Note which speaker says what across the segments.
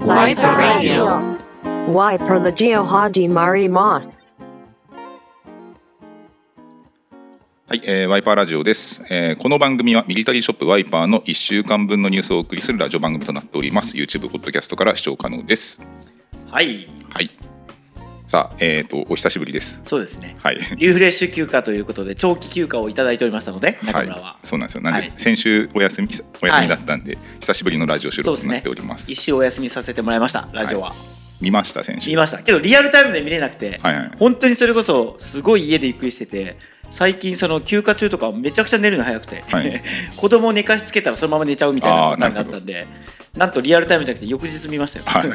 Speaker 1: Wiper Radio.
Speaker 2: Wiper Legio Haji Mari Moss.
Speaker 3: はい、えーワイパーラジオです、えーこの番組はミリタリーショップワイパーの1週間分のニュースをお送りするラジオ番組となっております。YouTube、ポッドキャストから視聴可能です。
Speaker 4: はい、
Speaker 3: はい。さあ、えっ、と、お久しぶりです。
Speaker 4: そうですね。
Speaker 3: はい。
Speaker 4: リフレッシュ休暇ということで、長期休暇をいただいておりましたので、中村は。
Speaker 3: い、そうなんですよ。なんで、
Speaker 4: はい
Speaker 3: 先週お休み、お休みだったんで、久しぶりのラジオ収録となっております。
Speaker 4: 一周お休みさせてもらいました、ラジオは。
Speaker 3: 見ました、先週。
Speaker 4: 見ました。けど、リアルタイムで見れなくて、
Speaker 3: はい、はい。
Speaker 4: 本当にそれこそ、すごい家でゆっくりしてて、最近、その休暇中とか、めちゃくちゃ寝るの早くて、
Speaker 3: はい
Speaker 4: 子供を寝かしつけたらそのまま寝ちゃうみたいなパターンがあったんで、なんとリアルタイムじゃなくて、翌日見ましたよ。
Speaker 3: はい。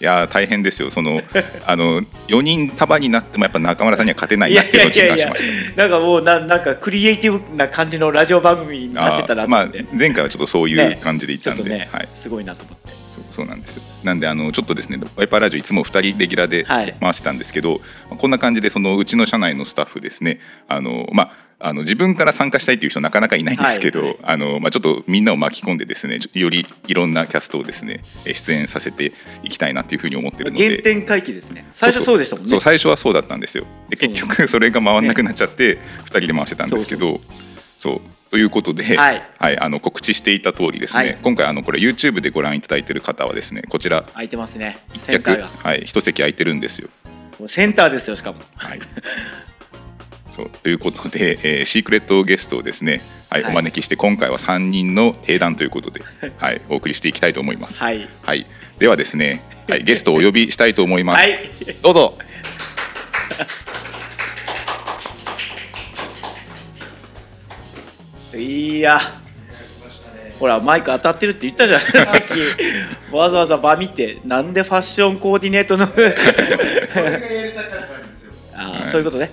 Speaker 3: いやー大変ですよ、そ のあの4人束になってもやっぱ中村さんには勝てないなっていうのを実感しました。
Speaker 4: なんかもうな、なんかクリエイティブな感じのラジオ番組になってたな
Speaker 3: あー
Speaker 4: と
Speaker 3: ま
Speaker 4: 思
Speaker 3: あ
Speaker 4: って、、
Speaker 3: 前回はちょっとそういう感じでいっ
Speaker 4: ち
Speaker 3: た
Speaker 4: ょっ
Speaker 3: んで、
Speaker 4: とね、
Speaker 3: はい、
Speaker 4: すごいなと思って。
Speaker 3: そうそうなんですなんであのちょっとですねワイパーラジオいつも2人レギュラーで
Speaker 4: はい
Speaker 3: 回してたんですけど、こんな感じでそのうちの社内のスタッフですねあの、まあ、あの自分から参加したいという人なかなかいないんですけど、
Speaker 4: はい
Speaker 3: あのまあ、ちょっとみんなを巻き込んでですねちょよりいろんなキャストをですねえ出演させていきたいなっていうふうに思ってるので。
Speaker 4: 原点回帰ですね最初そうでしたもんね
Speaker 3: そう最初はそうだったんですよで
Speaker 4: そう
Speaker 3: 結局 それが回んなくなっちゃって2人で回してたんですけどそうということで、
Speaker 4: はい
Speaker 3: あの告知していた通りですね、
Speaker 4: はい
Speaker 3: 今回あのこれ YouTube でご覧いただいてる方はですねこちら
Speaker 4: 空いてますねセンター
Speaker 3: 約
Speaker 4: が
Speaker 3: はい一席空いてるんですよ。
Speaker 4: もうセンターですよしかも
Speaker 3: はい、 そうということで、えーシークレットゲストをですね、はい
Speaker 4: はい
Speaker 3: お招きして今回は3人の定談という ことで、はい、お送りしていきたいと思います。
Speaker 4: はい
Speaker 3: はい、ではですね、はい、ゲストをお呼びしたいと思います。
Speaker 4: はい
Speaker 3: どうぞ。
Speaker 4: いやほらマイク当たってるって言ったじゃんさっき わざわざ場見てなんでファッションコーディネートの ああそういうことね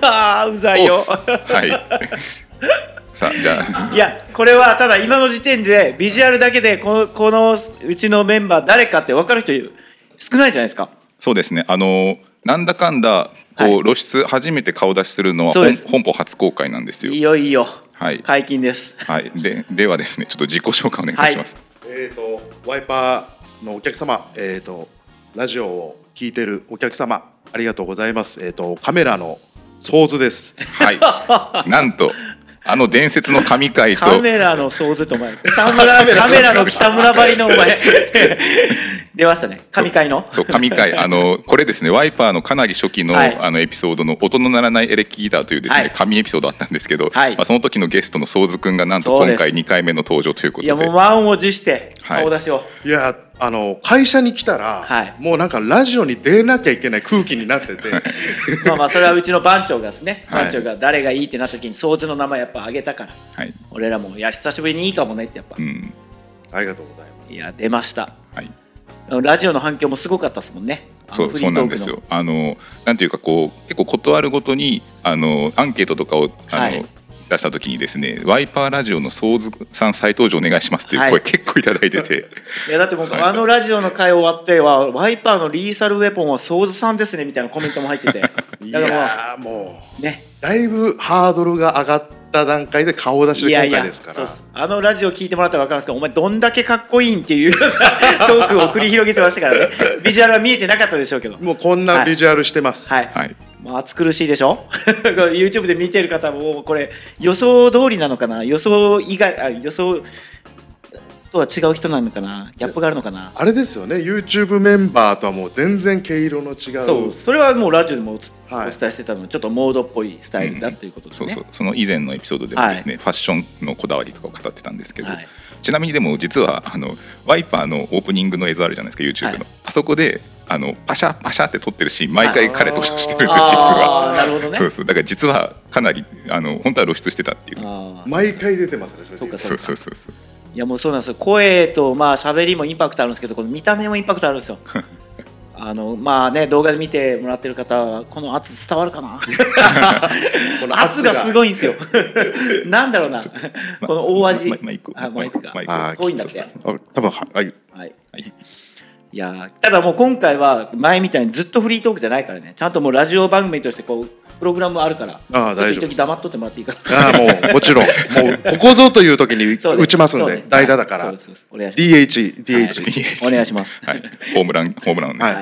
Speaker 4: ああうざいよ
Speaker 3: おっすはい。さあじゃあ
Speaker 4: いやこれはただ今の時点でビジュアルだけでこのこのうちのメンバー誰かって分かる人少ないじゃないですか
Speaker 3: そうですねあのなんだかんだこう、
Speaker 4: はい
Speaker 3: 露出初めて顔出しするのは
Speaker 4: そう
Speaker 3: 本
Speaker 4: です
Speaker 3: 本邦初公開なんですよ。
Speaker 4: いよいよ
Speaker 3: はい
Speaker 4: 解禁です
Speaker 3: はいでではですねちょっと自己紹介お願いします。
Speaker 5: えー、とワイパーのお客様、えー、とラジオを聞いてるお客様ありがとうございます、えー、とカメラのソーズ です
Speaker 3: はい。なんとあの伝説の神回 と
Speaker 4: カメラの想像とお 前、北村、カメラの北村ばりのお前、出ましたね。神回の。
Speaker 3: そう神回あのこれですねワイパーのかなり初期の、
Speaker 4: はい
Speaker 3: あのエピソードの音の鳴らないエレキギターというですね、
Speaker 4: はい
Speaker 3: 神エピソードあったんですけど、
Speaker 4: はい
Speaker 3: まあその時のゲストのソーズくんがなんと
Speaker 4: そう
Speaker 3: 今
Speaker 4: です
Speaker 3: 回2回目の登場というこ
Speaker 4: い
Speaker 3: と
Speaker 4: や、
Speaker 3: で
Speaker 4: もう。満を持して、
Speaker 3: はい
Speaker 4: 顔出しを。
Speaker 5: いやあの会社に来たら、
Speaker 4: はい
Speaker 5: もうなんかラジオに出なきゃいけない空気にな ってて
Speaker 4: まあまあ、それはうちの番長がですね、
Speaker 3: はい
Speaker 4: 番長が誰がいいってなった時に、想像の名前やっぱあげたから、
Speaker 3: はい。
Speaker 4: 俺らも、いや、久しぶりにいいかもねってやっぱ
Speaker 3: う、ん。
Speaker 5: ありがとうございます
Speaker 4: いや、出ました。
Speaker 3: はい。
Speaker 4: ラジオの反響もすごかったですもんね。あの
Speaker 3: そう
Speaker 4: フリ
Speaker 3: そう
Speaker 4: ー
Speaker 3: な
Speaker 4: トークの
Speaker 3: んですよ。あのなんていうかこう結構断るごとにあのアンケートとかをあの、
Speaker 4: はい
Speaker 3: 出した時にですねワイパーラジオのソーズさん再登場お願いしますっていう声、
Speaker 4: はい
Speaker 3: 結構いただいて て
Speaker 4: いやだって僕、
Speaker 3: はい
Speaker 4: あのラジオの回終わっては、ワイパーのリーサルウェポンはソーズさんですねみたいなコメントも入っ てて、だ
Speaker 5: い
Speaker 4: からも
Speaker 5: やーも
Speaker 4: う、ね、
Speaker 5: うだいぶハードルが上がった段階で顔出しで今回ですから
Speaker 4: そうっすあのラジオ聞いてもらったら分かるんですけどお前どんだけかっこいいんっていう トークを繰り広げてましたからねビジュアルは見えてなかったでしょうけど
Speaker 5: もうこんなビジュアルしてます、
Speaker 4: はい、
Speaker 3: はい
Speaker 4: まあ、暑苦しいでしょ YouTube で見てる方もこれ予想通りなのかな予想以外あ予想とは違う人なのかなギャップがあるのかな
Speaker 5: あれですよね YouTube メンバーとはもう全然毛色の違う
Speaker 4: そうそれはもうラジオでもおつお
Speaker 5: はい
Speaker 4: 伝えしてたのでちょっとモードっぽいスタイルだということです
Speaker 3: そう
Speaker 4: ね、
Speaker 3: そうその以前のエピソードでもですね、ファッションのこだわりとかを語ってたんですけど、
Speaker 4: はい
Speaker 3: ちなみにでも実はあのワイパーのオープニングの映像あるじゃないですか YouTube の、
Speaker 4: はい
Speaker 3: あそこであのパシャパシャって撮ってるシーン毎回彼登場してるんです実
Speaker 4: あ
Speaker 3: は。
Speaker 4: ーなるほどね
Speaker 3: そうそうだから実はかなりあの本当は露出してたっていう、
Speaker 4: あー
Speaker 5: 毎回出てますねそれ
Speaker 4: そうか
Speaker 3: そうそうそうそう
Speaker 4: いやもうそうなんですよ声とまあ喋りもインパクトあるんですけどこの見た目もインパクトあるんですよあのまあね動画で見てもらってる方はこの圧伝わるかな
Speaker 5: この
Speaker 4: 圧
Speaker 5: 圧
Speaker 4: が
Speaker 5: が
Speaker 4: すごいんですよなんだろうな
Speaker 3: ま
Speaker 4: この大味
Speaker 3: マイマイク
Speaker 4: あマイクが
Speaker 3: マイ
Speaker 5: あ
Speaker 3: ク
Speaker 5: ー
Speaker 4: 遠いんだって
Speaker 5: あ多分ははい
Speaker 4: はい、
Speaker 3: はい
Speaker 4: いやーただもう今回は前みたいにずっとフリートークじゃないからねちゃんともうラジオ番組としてこうプログラムあるから
Speaker 5: ああ大丈夫
Speaker 4: 時々黙っとってもらっていいか
Speaker 5: ああもう もちろんもうここぞという時に
Speaker 4: な
Speaker 5: 打ちますんで代打だか
Speaker 4: そう
Speaker 5: ら
Speaker 4: ですそうですお願いし
Speaker 5: DH
Speaker 4: は
Speaker 5: DH
Speaker 4: ますお願いします
Speaker 3: はい、ホームラン、ホームランです。
Speaker 5: は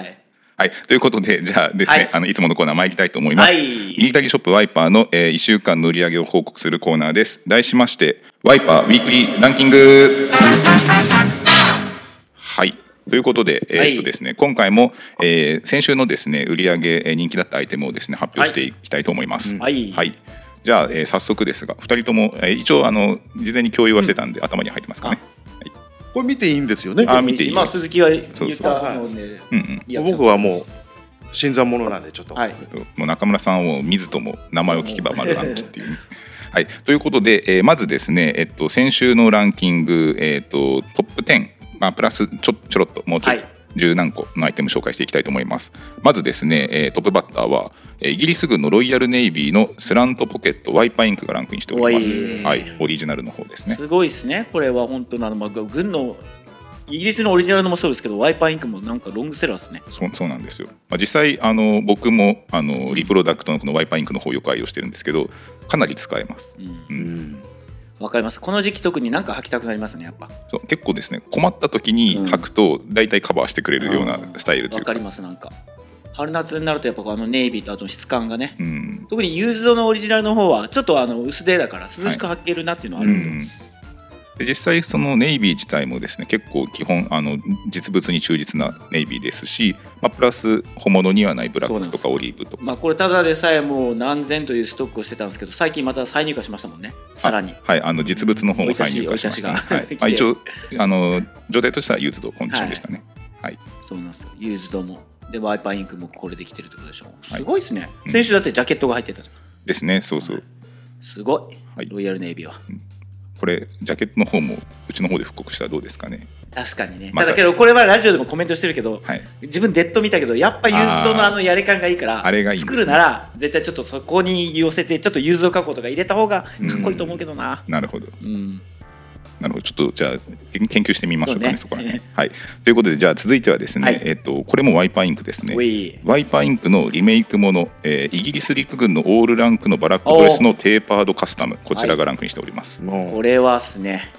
Speaker 3: はいい、ということで、じゃあですね、
Speaker 4: はい
Speaker 3: あのいつものコーナー参りたいと思います。
Speaker 4: はい
Speaker 3: ミリタリーショップワイパーの、え1週間の売り上げを報告するコーナーです。題しまして、ワイパーウィークリーランキング。はい。ということで、え
Speaker 4: は
Speaker 3: ー
Speaker 4: い
Speaker 3: っとですね、今回も、えー先週のですね、売り上げえー人気だったアイテムをですね、発表していきたいと思います。
Speaker 4: はい
Speaker 3: はい。じゃあ、えー早速ですが、二人とも、えー一応、あの、事前に共有はしてたんで、頭に入ってますかね。
Speaker 5: これ見ていいんですよね
Speaker 3: あ見ていい
Speaker 4: 今鈴木が言っ
Speaker 3: そうそう
Speaker 4: たので
Speaker 3: うんうん。
Speaker 4: リアクション
Speaker 5: 僕はもう新参者なんでちょっと
Speaker 4: はい
Speaker 3: もう中村さんを見ずとも名前を聞けば丸暗記っていうね。はい、ということで、えーまずですね、えっと、先週のランキング、えっとトップ10、まあ、プラスちょちょろっともうちょい
Speaker 4: はい
Speaker 3: 十何個のアイテム紹介していきたいと思います。まずですね、えートップバッターは、えーイギリス軍のロイヤルネイビーのスラントポケットワイパーインクがランクインしております。
Speaker 4: おい
Speaker 3: はい、オリジナルの方ですね。
Speaker 4: すごいですねこれは本当なのまあ軍のイギリスのオリジナルのもそうですけどワイパーインクもなんかロングセラーですね
Speaker 3: そうそうなんですよ、まあ、実際あの僕もあのリプロダクトのこのワイパーインクの方をよく愛用してるんですけどかなり使えます
Speaker 4: うん
Speaker 5: うん
Speaker 4: わかりますこの時期特になんか履きたくなりますねやっぱ
Speaker 3: そう結構ですね困った時に履くと大体カバーしてくれるようなスタイルとい
Speaker 4: わ
Speaker 3: うか,、
Speaker 4: か
Speaker 3: う
Speaker 4: りますなんか春夏になるとやっぱこうあのネイビーとあと質感がね
Speaker 3: ん
Speaker 4: 特にユーズドのオリジナルの方はちょっとあの薄手だから涼しく履けるなっていうのはあ
Speaker 3: う
Speaker 4: るんで、
Speaker 3: ん、で実際そのネイビー自体もですね結構基本あの実物に忠実なネイビーですし、まあ、プラス本物にはないブラックとかオリーブとか
Speaker 4: まあこれただでさえもう何千というストックをしてたんですけど最近また再入荷しましたもんねさらに
Speaker 3: はい、あの実物の方も再入荷しました、ね
Speaker 4: 追い
Speaker 3: はい
Speaker 4: 出し追い出し
Speaker 3: まあ、
Speaker 4: が来
Speaker 3: 一
Speaker 4: て
Speaker 3: 応あの状態としてはユーズドコンディションでしたね、
Speaker 4: そうなんですよユーズドもでワイパーインクもこれできてるってことでしょ
Speaker 3: はい
Speaker 4: すごいですね、
Speaker 3: うん
Speaker 4: 先週だってジャケットが入ってたじゃ
Speaker 3: ですねそうそうん
Speaker 4: すごい、
Speaker 3: はい
Speaker 4: ロイヤルネイビーは
Speaker 3: これジャケットの方もうちの方で復刻したらどうですかね
Speaker 4: 確かにね、
Speaker 3: また
Speaker 4: ただけどこれはラジオでもコメントしてるけど、
Speaker 3: はい
Speaker 4: 自分デッド見たけどやっぱユーズドのあのやり感がいいから
Speaker 3: あれがいいんですね
Speaker 4: 作るなら絶対ちょっとそこに寄せてちょっとユーズド加工とか入れた方がかっこいいと思うけどな
Speaker 3: なるほど
Speaker 4: うん
Speaker 3: なるほど、ちょっとじゃあ研研究してみましょうかね、そ
Speaker 4: そう
Speaker 3: こ
Speaker 4: ね
Speaker 3: ら辺。はい、ということで、じゃあ続いてはですね、
Speaker 4: はい
Speaker 3: えっと、これもワイパーインクですね
Speaker 4: お。い
Speaker 3: ワイパーインクのリメイクもの、えーイギリス陸軍のオールランクのバラックドレスのテーパードカスタム、こちらがランクインしております。
Speaker 5: も
Speaker 4: これはっすね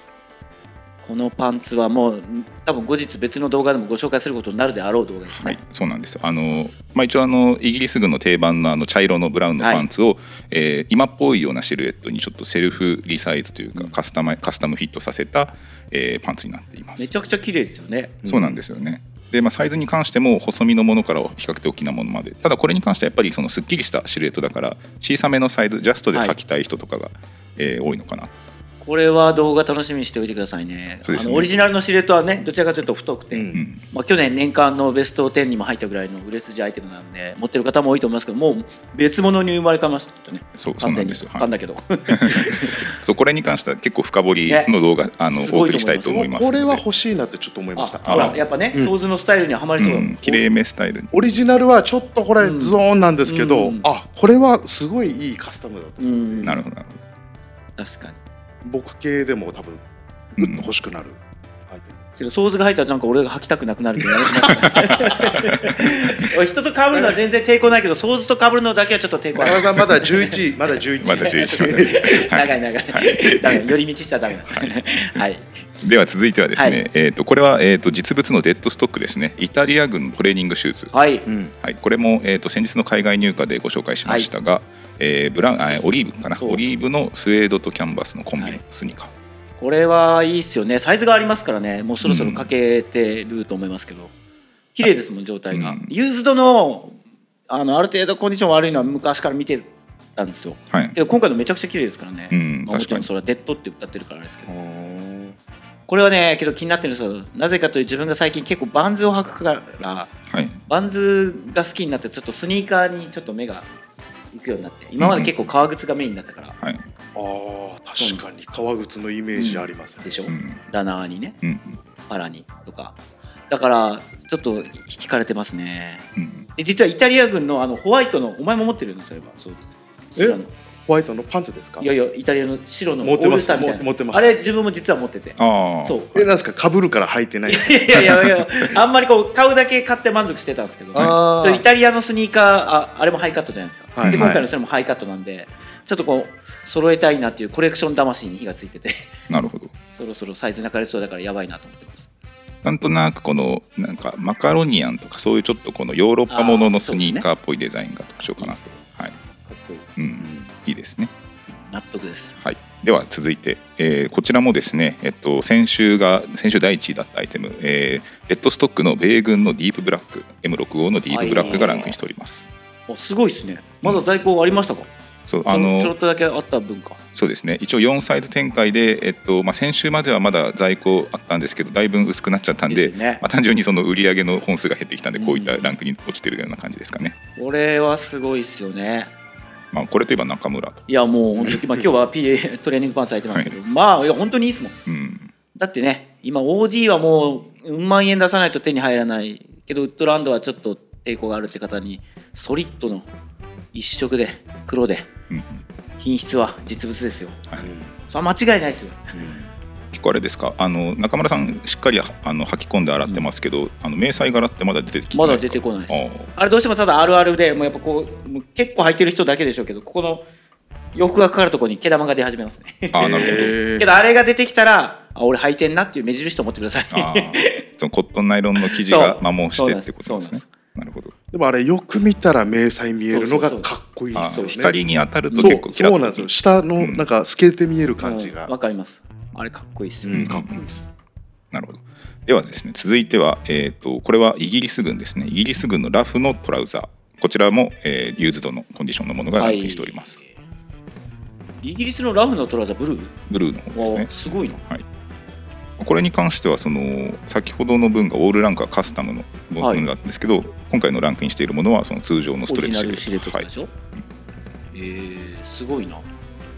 Speaker 4: このパンツはもう多分後日別の動画でもご紹介することになるであろう動画ですね、
Speaker 3: はい、そうなんですよ。あの、まあ、一応、あの、イギリス軍の定番のあの茶色のブラウンのパンツを。えー今っぽいようなシルエットにちょっとセルフリサイズというか、カスタマイ、カスタムフィットさせた、えーパンツになっています。
Speaker 4: めちゃくちゃ綺麗ですよね
Speaker 3: そうなんですよね。でまあ、サイズに関しても細身のものから比較的大きなものまでただこれに関してはやっぱりそのすっきりしたシルエットだから小さめのサイズジャストで履きたい人とかが、えー多いのかな
Speaker 4: これは動画楽しみにしておいてくださいね
Speaker 3: そうですね
Speaker 4: あのオリジナルのシルエットはねどちらかというと太くて、
Speaker 5: うん
Speaker 3: うん
Speaker 4: まあ、去年年間のベスト10にも入ったぐらいの売れ筋アイテムなんで持ってる方も多いと思いますけどもう別物に生まれ変わりましたね
Speaker 3: そうそうな
Speaker 4: 完全
Speaker 3: んで
Speaker 4: に
Speaker 3: すよ、
Speaker 4: 勘
Speaker 3: はい、
Speaker 4: だけど
Speaker 3: そうこれに関しては結構深掘りの動画、あの
Speaker 4: す
Speaker 3: お
Speaker 4: ご
Speaker 3: 送
Speaker 4: いと思います
Speaker 3: りしたいと思います
Speaker 5: これは
Speaker 3: ほ
Speaker 5: 欲しいなってちょっと思いま
Speaker 4: あ
Speaker 5: した
Speaker 4: ほらやっぱね
Speaker 5: うん
Speaker 4: 想像のスタイルにはまりそうだもん
Speaker 3: きれいめスタイルに
Speaker 5: オリジナルはちょっとこれ
Speaker 4: うん
Speaker 5: ズドーンなんですけど、
Speaker 4: うん
Speaker 5: あこれはすごいいいカスタムだと
Speaker 4: うん
Speaker 3: なるほどなるほど
Speaker 4: 確かに
Speaker 5: 僕系でも多分グッ と欲しくなるアイテム
Speaker 4: けど想像が入ったらなんか俺が履きたくなくなるけどやめてます 俺人と被るのは全然抵抗ないけど想像と被るのだけはちょっと抵抗あ
Speaker 5: 中
Speaker 4: る
Speaker 5: 村さんまだ11位まだ11位
Speaker 3: まだ11まで
Speaker 4: 長い長いダメ寄り道しちゃダメだ はい
Speaker 3: では続いてはですね、
Speaker 4: はい
Speaker 3: えー、とこれは、えー、と実物のデッドストックですねイタリア軍のトレーニングシューズ
Speaker 4: はい
Speaker 5: うん
Speaker 3: はい、これも、えー、と先日の海外入荷でご紹介しましたが、えーブラウンあオリーブかな
Speaker 4: そう
Speaker 3: オリーブのスウェードとキャンバスのコンビ
Speaker 4: は
Speaker 3: の
Speaker 4: い
Speaker 3: スニーカー、
Speaker 4: これはいいっすよねサイズがありますからねもうそろそろかけてると思いますけど、綺麗ですもん状態が、
Speaker 3: うん
Speaker 4: ユーズドのあのある程度コンディション悪いのは昔から見てたんですよ
Speaker 3: はい
Speaker 4: けど今回のめちゃくちゃ綺麗ですからね、
Speaker 3: うん
Speaker 4: まあも
Speaker 3: 確
Speaker 4: ち
Speaker 3: か
Speaker 4: ろ
Speaker 3: に
Speaker 4: んそれはデッドって歌ってるからですけど
Speaker 5: うん
Speaker 4: これはねけど気になってるんですよなぜかというと自分が最近結構バンズを履くから
Speaker 3: はい
Speaker 4: バンズが好きになってちょっとスニーカーにちょっと目が行くようになって今まで結構革靴がメインだったから、
Speaker 3: はい
Speaker 5: あー確かに革靴のイメージありますね
Speaker 4: でしょ、
Speaker 3: うん
Speaker 4: ラナーにね
Speaker 3: うん
Speaker 4: パラにとかだからちょっと惹かれてますね
Speaker 3: うん
Speaker 4: で実はイタリア軍のあのホワイトのお前も持ってるんですよそうです
Speaker 5: え
Speaker 4: スラの
Speaker 5: ホワイトのパンツですか
Speaker 4: いやいやイタリアの白の
Speaker 5: 持って
Speaker 4: オー
Speaker 5: ま
Speaker 4: ル
Speaker 5: す
Speaker 4: スターみたいな
Speaker 5: 持ってます
Speaker 4: あれ自分も実は持ってて
Speaker 3: ああ
Speaker 4: そう
Speaker 5: えなんですか被るから履いてない
Speaker 4: いやいやいやあんまりこう買うだけ買って満足してたんですけど
Speaker 5: あ
Speaker 4: ちょっとイタリアのスニーカーああれもハイカットじゃないですか、
Speaker 5: はい
Speaker 4: で
Speaker 5: はい
Speaker 4: 今回のそれもハイカットなんでちょっとこう揃えたいなっていうコレクション魂に火がついて て
Speaker 3: なるほど
Speaker 4: そろそろサイズなくなりそうだからやばいなと思ってます
Speaker 3: なんとなくこのなんかマカロニアンとかそういうちょっとこのヨーロッパもののスニーカーっぽいデザインが特徴かなと、はい、
Speaker 4: かっこいい
Speaker 3: うん、いいですね
Speaker 4: 納得です
Speaker 3: はい、では続いて、えーこちらもですね、えっと、先週が先週第1位だったアイテム、えーレッドストックの米軍のディープブラック M65 のディープブラックがランクインしております。
Speaker 4: おすごいですねまだ在庫ありましたか、
Speaker 3: そう
Speaker 4: あ
Speaker 3: あ
Speaker 4: のちょろ
Speaker 3: の
Speaker 4: っとだけあった分か
Speaker 3: そうですね一応4サイズ展開で、えっとまあ、先週まではまだ在庫あったんですけどだいぶ薄くなっちゃったんで
Speaker 4: ですよね
Speaker 3: まあ、単純にその売り上げの本数が減ってきたんで
Speaker 4: うん
Speaker 3: こういったランクに落ちてるような感じですかね。
Speaker 4: これはすごいっすよね
Speaker 3: まあ、これといえば中村と、
Speaker 4: いやもう 本当に、まあ、今日は PA トレーニングパンツ履いてますけど、まあいや本当にいいですもん
Speaker 3: うん
Speaker 4: だってね今 OD はもううん万円出さないと手に入らないけどウッドランドはちょっと抵抗があるって方にソリッドの一色で黒で
Speaker 3: うんうん
Speaker 4: 品質は実物ですよ
Speaker 3: はい
Speaker 4: それは間違いないですよ
Speaker 3: 結構あれですかあの中村さんしっかりあの履き込んで洗ってますけど、あの迷彩柄ってまだ出てきてな
Speaker 4: ま
Speaker 3: い
Speaker 4: だ
Speaker 3: です
Speaker 4: 出
Speaker 3: か
Speaker 4: てこないです
Speaker 3: ああ
Speaker 4: あれどうしてもただあるあるでもうやっぱこうもう結構履いてる人だけでしょうけどここの洋服がかかるところに毛玉が出始めますね
Speaker 3: あーなるほど、
Speaker 5: え
Speaker 4: けどあれが出てきたらあ俺履いてんなっていう目印と思ってください
Speaker 3: あーそのコットンナイロンの生地が
Speaker 4: そう
Speaker 3: 摩耗してってことですね
Speaker 4: そ
Speaker 3: なるほど
Speaker 5: でもあれよく見たら迷彩見えるのが
Speaker 4: そうそう
Speaker 5: かっこいい
Speaker 3: あ
Speaker 5: で
Speaker 3: ー
Speaker 5: すよね
Speaker 3: 光に当たると
Speaker 5: そ
Speaker 3: 結構
Speaker 5: う
Speaker 3: キラ
Speaker 5: そう
Speaker 3: ッ
Speaker 5: なんです
Speaker 3: とする
Speaker 5: よ下の
Speaker 3: うん
Speaker 5: なんか透けて見える感じ
Speaker 4: う
Speaker 5: が
Speaker 4: んわ、かりますあれかっこいいです
Speaker 5: う
Speaker 4: よ、
Speaker 5: ん、かっこいいです
Speaker 3: なるほどではですね続いては、えー、とこれはイギリス軍ですねイギリス軍のラフのトラウザーこちらも、えーユーズドのコンディションのものがランクインしております、
Speaker 4: はいイギリスのラフのトラウザブルー
Speaker 3: ブルーの方ですね
Speaker 4: おすごいな
Speaker 3: はいこれに関してはその先ほどの分がオールランカーカスタムのも
Speaker 4: はい
Speaker 3: のなんですけど、今回のランクインしているものはその通常のス
Speaker 4: オ
Speaker 3: ト
Speaker 4: リ
Speaker 3: レ
Speaker 4: ジ
Speaker 3: ッ
Speaker 4: ナ
Speaker 3: チ
Speaker 4: ルシルエット
Speaker 3: はい
Speaker 4: でしょ、えー、すごいな
Speaker 3: ま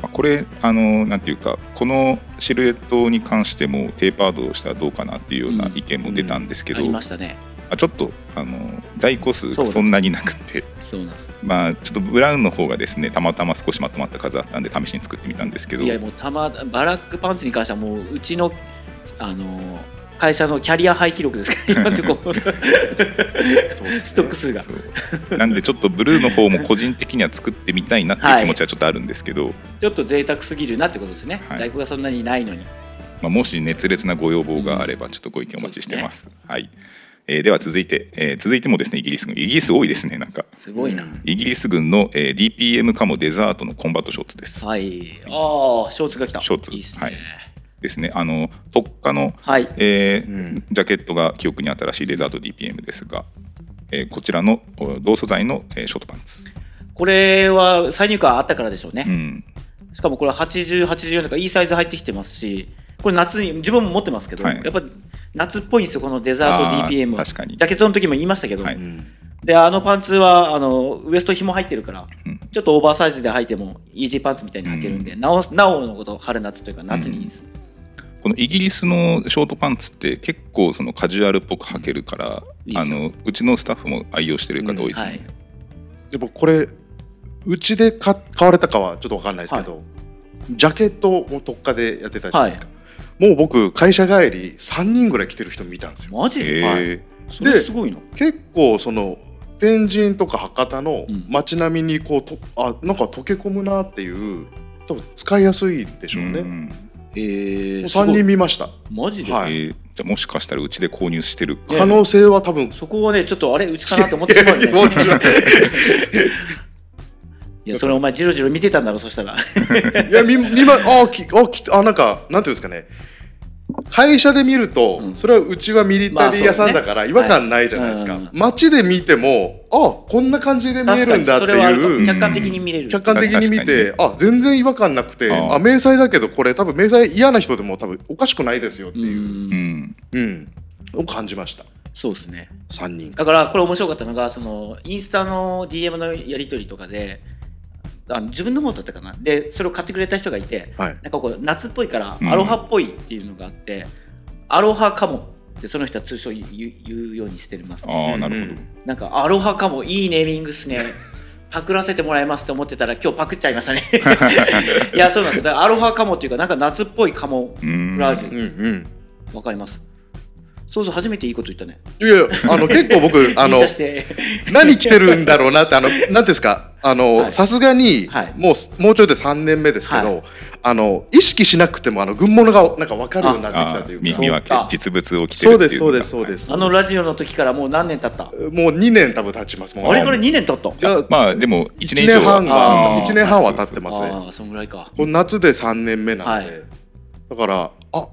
Speaker 3: あこれあのなんていうかこのシルエットに関してもテーパードをしたらどうかなっていうような意見も出たんですけ
Speaker 4: あ
Speaker 3: ど、
Speaker 4: り
Speaker 3: ま
Speaker 4: ましたね
Speaker 3: あ、ちょっとあの在庫数がそんなになくて、
Speaker 4: そうなんです
Speaker 3: まあ、ちょっとブラウンの方がですねたまたま少しまとまった数あったんで試しに作ってみたんですけど
Speaker 4: いやもうたまバラックパンツに関してはもううちのあのー会社のキャリア廃記録ですから今んとこ
Speaker 5: そうですね
Speaker 4: ストック数が
Speaker 3: そうなんでちょっとブルーの方も個人的には作ってみたいなっていう気持ちはちょっとあるんですけど、
Speaker 4: ちょっと贅沢すぎるなってことですね、
Speaker 3: はい
Speaker 4: 在庫がそんなにないのに
Speaker 3: まあ、もし熱烈なご要望があればちょっとご意見お待ちしてます。はいえーでは続いて、えー続いてもですねイギリス軍イギリス多いですねなんか。
Speaker 4: すごいな、
Speaker 5: うん
Speaker 3: イギリス軍の、えー DPM カモデザートのコンバットショーツです。
Speaker 4: はいああショーツが来た
Speaker 3: ショーツ
Speaker 4: いいっすね
Speaker 3: はいですね。あの特化の、
Speaker 4: はい、
Speaker 3: えー
Speaker 5: うん
Speaker 3: ジャケットが記憶に新しいデザート DPM ですが、えーこちらのお同素材の、えーショートパンツ。
Speaker 4: これは再入荷あったからでしょうね、
Speaker 3: うん。
Speaker 4: しかもこれ80、84なんかいいサイズ入ってきてますし、これ夏に、自分も持ってますけど、
Speaker 3: はい
Speaker 4: やっぱ夏っぽいんですよ、このデザート
Speaker 3: あー
Speaker 4: DPM は。
Speaker 3: 確かに
Speaker 4: ジャケットの時も言いましたけど、
Speaker 3: はい
Speaker 5: うん
Speaker 4: で、あのパンツはあのウエスト紐入ってるから、
Speaker 3: うん
Speaker 4: ちょっとオーバーサイズで履いても、イージーパンツみたいに履けるんで、なおなおのこと、春夏というか、夏にいいです。
Speaker 3: このイギリスのショートパンツって結構そのカジュアルっぽく履けるから、
Speaker 4: いいっ
Speaker 3: あ
Speaker 4: すよ
Speaker 3: のうちのスタッフも愛用してる方多いですね。
Speaker 4: はい、
Speaker 5: でもこれうちで買買われたかはちょっとわかんないですけど、ジャケットも特化でやってたじゃないですか、もう僕会社帰り3人ぐらい着てる人見たんですよ
Speaker 4: マジで、
Speaker 3: えー
Speaker 4: それすごいな。
Speaker 5: 結構その天神とか博多の
Speaker 4: うん
Speaker 5: 街並みにこうとあなんか溶け込むなっていう多分使いやすいんでしょうね、
Speaker 3: う
Speaker 5: も
Speaker 3: ん
Speaker 4: え
Speaker 5: う
Speaker 4: ー、すご
Speaker 5: 3
Speaker 4: い
Speaker 5: 人見ました
Speaker 4: マジで、
Speaker 5: はい
Speaker 3: えーじゃあもしかしたらうちで購入してる
Speaker 5: 可能性は多分
Speaker 4: そこはね、ちょっとあれ、うちかなと思ってし まうよね。いや、それお前、じろじろ見てたんだろ、そしたら。
Speaker 5: いや、 み、見ま、あ、き、あ、き、あ、なんか、なんていうんですかね。会社で見ると、
Speaker 4: うん
Speaker 5: それはうちはミリタリー屋さんだから、違和感ないじゃないですか。
Speaker 4: はいうん
Speaker 5: 街で見ても、あ、こんな感じで見えるんだって
Speaker 4: 確かにそれはあるか
Speaker 5: い
Speaker 4: も
Speaker 5: う。
Speaker 4: 客観的に見れる。
Speaker 5: 客観的に見て、あ、全然違和感なくて、
Speaker 3: あー
Speaker 5: あ、迷彩だけど、これ多分迷彩嫌な人でも、多分おかしくないですよって
Speaker 4: う、
Speaker 5: いう。
Speaker 3: うんん
Speaker 5: うん、を感じました。
Speaker 4: そうですね。
Speaker 5: 三人。
Speaker 4: だからこれ面白かったのがそのインスタの DM のやり取りとかであの自分の方だったかなでそれを買ってくれた人がいて
Speaker 5: はい。
Speaker 4: なんかこう夏っぽいから
Speaker 3: うん
Speaker 4: アロハっぽいっていうのがあって、アロハかもってその人は通称言う言うようにしてます
Speaker 3: ああなるほど、
Speaker 5: うん
Speaker 4: なんかアロハかもいいネーミングっすねパクらせてもらいますって思ってたら今日パクっちゃいま したねいやそうなんですだからアロハカモっていうかなんか夏っぽいカモ
Speaker 3: うーん
Speaker 4: フラージ
Speaker 5: うん
Speaker 4: ュ
Speaker 5: うん
Speaker 4: わかりますそうそう初めていいこと言ったね
Speaker 5: いやいやあの結構僕あの
Speaker 4: 入社して
Speaker 5: 何着てるんだろうなってあの何ですかあ
Speaker 4: は
Speaker 5: の
Speaker 4: い
Speaker 5: さすがに
Speaker 4: はい
Speaker 5: もうすもうちょいで3年目ですけど、
Speaker 4: は
Speaker 5: あの意識しなくてもあの軍物がなんか分かるようになってきた
Speaker 3: あ
Speaker 5: と
Speaker 3: ー
Speaker 5: いうか
Speaker 3: 耳分け
Speaker 4: あ
Speaker 3: 実物を着てる
Speaker 5: そう
Speaker 3: って
Speaker 5: で
Speaker 3: い
Speaker 5: すそ
Speaker 3: うの
Speaker 5: う
Speaker 3: が
Speaker 5: ですそうです
Speaker 4: あのラジオの時からもう何年経った
Speaker 5: もう2年多分経ちますもん
Speaker 4: あれこれ2年経った
Speaker 5: いや
Speaker 3: まあでも1
Speaker 5: 1
Speaker 3: 年以
Speaker 5: 年
Speaker 3: 上
Speaker 5: 半
Speaker 4: あ
Speaker 5: が
Speaker 4: ー
Speaker 5: 一年半は経ってますね
Speaker 4: ああそんぐらいか
Speaker 5: この夏で3年目なんで、
Speaker 4: は
Speaker 5: だからあ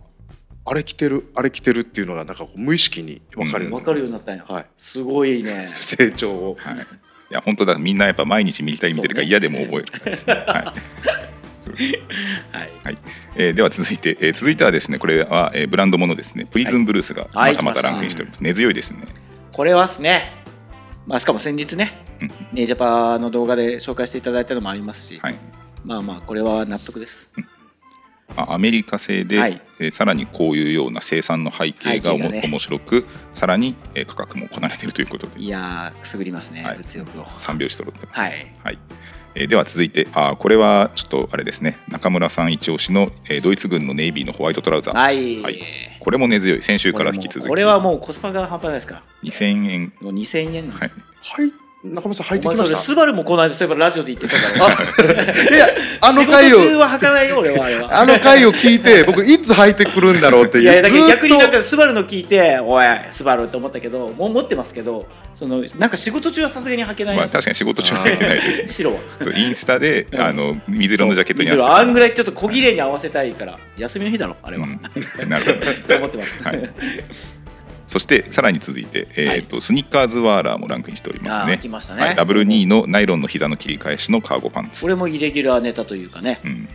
Speaker 5: あれ着てるあれ着てるっていうのがなんかこう無意識に分かるよう
Speaker 4: わ
Speaker 5: に
Speaker 4: かるようになったんや
Speaker 5: はい、
Speaker 4: すごいね
Speaker 5: 成長を
Speaker 3: はい、いや本当だみんなやっぱ毎日ミリタリー見てるから嫌でも覚えるからですね、はいそう
Speaker 4: はい
Speaker 3: え ーでは続いて、えー続いてはですねこれは、えーブランドものですねプリズンブルースが
Speaker 4: は
Speaker 3: ま
Speaker 4: い
Speaker 3: たまたランクインしております、根強いですね
Speaker 4: これはっすね、まあ、しかも先日ね
Speaker 3: うん、
Speaker 4: ネイジャパの動画で紹介していただいたのもありますし、
Speaker 3: はい
Speaker 4: まあまあ、これは納得です。
Speaker 3: まあアメリカ製で、
Speaker 4: はい
Speaker 3: えーさらにこういうような生産の背景がおも
Speaker 4: 背景がね
Speaker 3: 面白くさらに、えー価格もこなれているということで
Speaker 4: いやー、くすぐりますね、
Speaker 3: はい
Speaker 4: 物欲を。
Speaker 3: 三拍子揃ってます。
Speaker 4: はい
Speaker 3: えーでは続いてあーこれはちょっとあれですね中村さん一押しの、えードイツ軍のネイビーのホワイトトラウザー、
Speaker 4: はい。
Speaker 3: はいこれも根強い先週
Speaker 4: こ
Speaker 3: か
Speaker 4: れ
Speaker 3: ら
Speaker 4: も
Speaker 3: 引き続き
Speaker 4: これはもうコスパが半端ないですから、
Speaker 3: 2000円、
Speaker 4: もう2000円の。
Speaker 3: はい、
Speaker 5: はい中村さん入って
Speaker 4: お前
Speaker 5: き
Speaker 4: そ
Speaker 5: ま
Speaker 4: れ
Speaker 5: した
Speaker 4: スバルもこの間そういえばラジオで言ってたから
Speaker 5: いやあの回
Speaker 4: 仕事中
Speaker 5: を
Speaker 4: は履かないよ俺はあれは
Speaker 5: あの回を聞い て僕いつ入ってくるんだろうって
Speaker 4: い
Speaker 5: い
Speaker 4: や
Speaker 5: う
Speaker 4: だ
Speaker 5: ず
Speaker 4: けど逆になん
Speaker 5: っと
Speaker 4: かスバルの聞いておいスバルって思ったけどもう持ってますけどそのなんか仕事中はさすがに履けない
Speaker 3: ま
Speaker 4: な
Speaker 3: あ確かに仕事中は入ってないです
Speaker 4: 白は
Speaker 3: そうインスタで
Speaker 4: うん
Speaker 3: あの水色のジャケットに合
Speaker 4: そう水色あんぐ
Speaker 3: らい
Speaker 4: らいちょっと小綺麗に合わせたいから休みの日だろあれは、
Speaker 3: なるほど
Speaker 4: と思っ てます、
Speaker 3: はいそしてさらに続いて、えーとスニッカーズワーラーもランクインしております
Speaker 4: あー
Speaker 3: ね
Speaker 4: 来ましたね、
Speaker 3: はい、ダブル2のナイロンの膝の切り返しのカーゴパンツ
Speaker 4: これもイレギュラーネタというかね
Speaker 3: うん、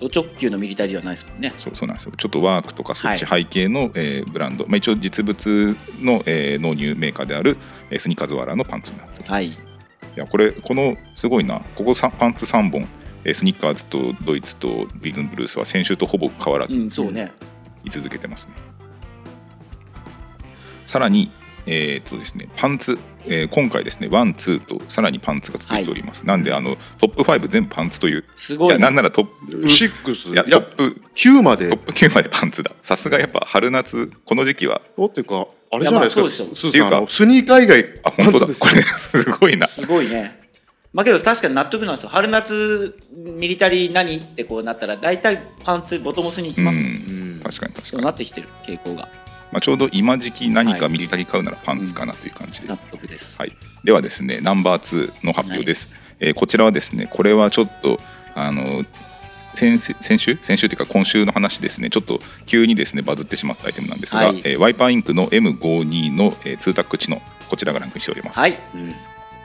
Speaker 4: ド直球のミリタリーではないですもんね
Speaker 3: そうそうなんですよちょっとワークとかそっち背景の、えーブランド、まあ、一応実物の、えー納入メーカーである、えースニーカーズワーラーのパンツになっております、
Speaker 4: はい
Speaker 3: いやこれこのすごいなここさパンツ3本、えースニッカーズとドイツとビズンブルースは先週とほぼ変わらず
Speaker 4: う
Speaker 3: 居
Speaker 4: んそうね、
Speaker 3: 続けてますね、さらにえーっとですねパンツ、えー今回ですねワンツーとさらにパンツが続いております、なんであのトップ5全部パンツという
Speaker 4: す
Speaker 3: い
Speaker 4: ごい
Speaker 3: や
Speaker 4: ね
Speaker 3: なんならトップ
Speaker 5: シックス
Speaker 3: い
Speaker 5: い
Speaker 3: や
Speaker 5: や
Speaker 3: トップ
Speaker 5: 9まで
Speaker 3: トップ9までパンツださすがやっぱ春夏この時期は
Speaker 5: おっていうかあれじゃないです
Speaker 4: い
Speaker 5: か
Speaker 4: やまあそうでしょ
Speaker 5: スー
Speaker 3: ってい
Speaker 5: さ
Speaker 3: うんか
Speaker 5: あのスニーカー以外
Speaker 3: あ本当
Speaker 5: パン
Speaker 3: だ
Speaker 5: ツです
Speaker 3: これすごいな
Speaker 4: すごいねまあけど確かに納得なんですよ春夏ミリタリー何ってこうなったら大体パンツボトムスに行き
Speaker 3: う
Speaker 4: ます、
Speaker 5: うんん
Speaker 3: 確かに確か
Speaker 4: そう
Speaker 3: に、
Speaker 4: な
Speaker 3: ま
Speaker 4: ってきてる傾向が
Speaker 3: あ、ちょうど今時期何かミリタリー買うならパンツかなという感じで、
Speaker 4: 納得です、
Speaker 3: はい、ではですねナンバー2の発表です、えーこちらはですねこれはちょっとあの先先週先週というか今週の話ですねちょっと急にですねバズってしまったアイテムなんですが、
Speaker 4: はい
Speaker 3: えーワイパーインクの M52 の、えー、2タックチのこちらがランクインしております。
Speaker 4: はい
Speaker 5: うん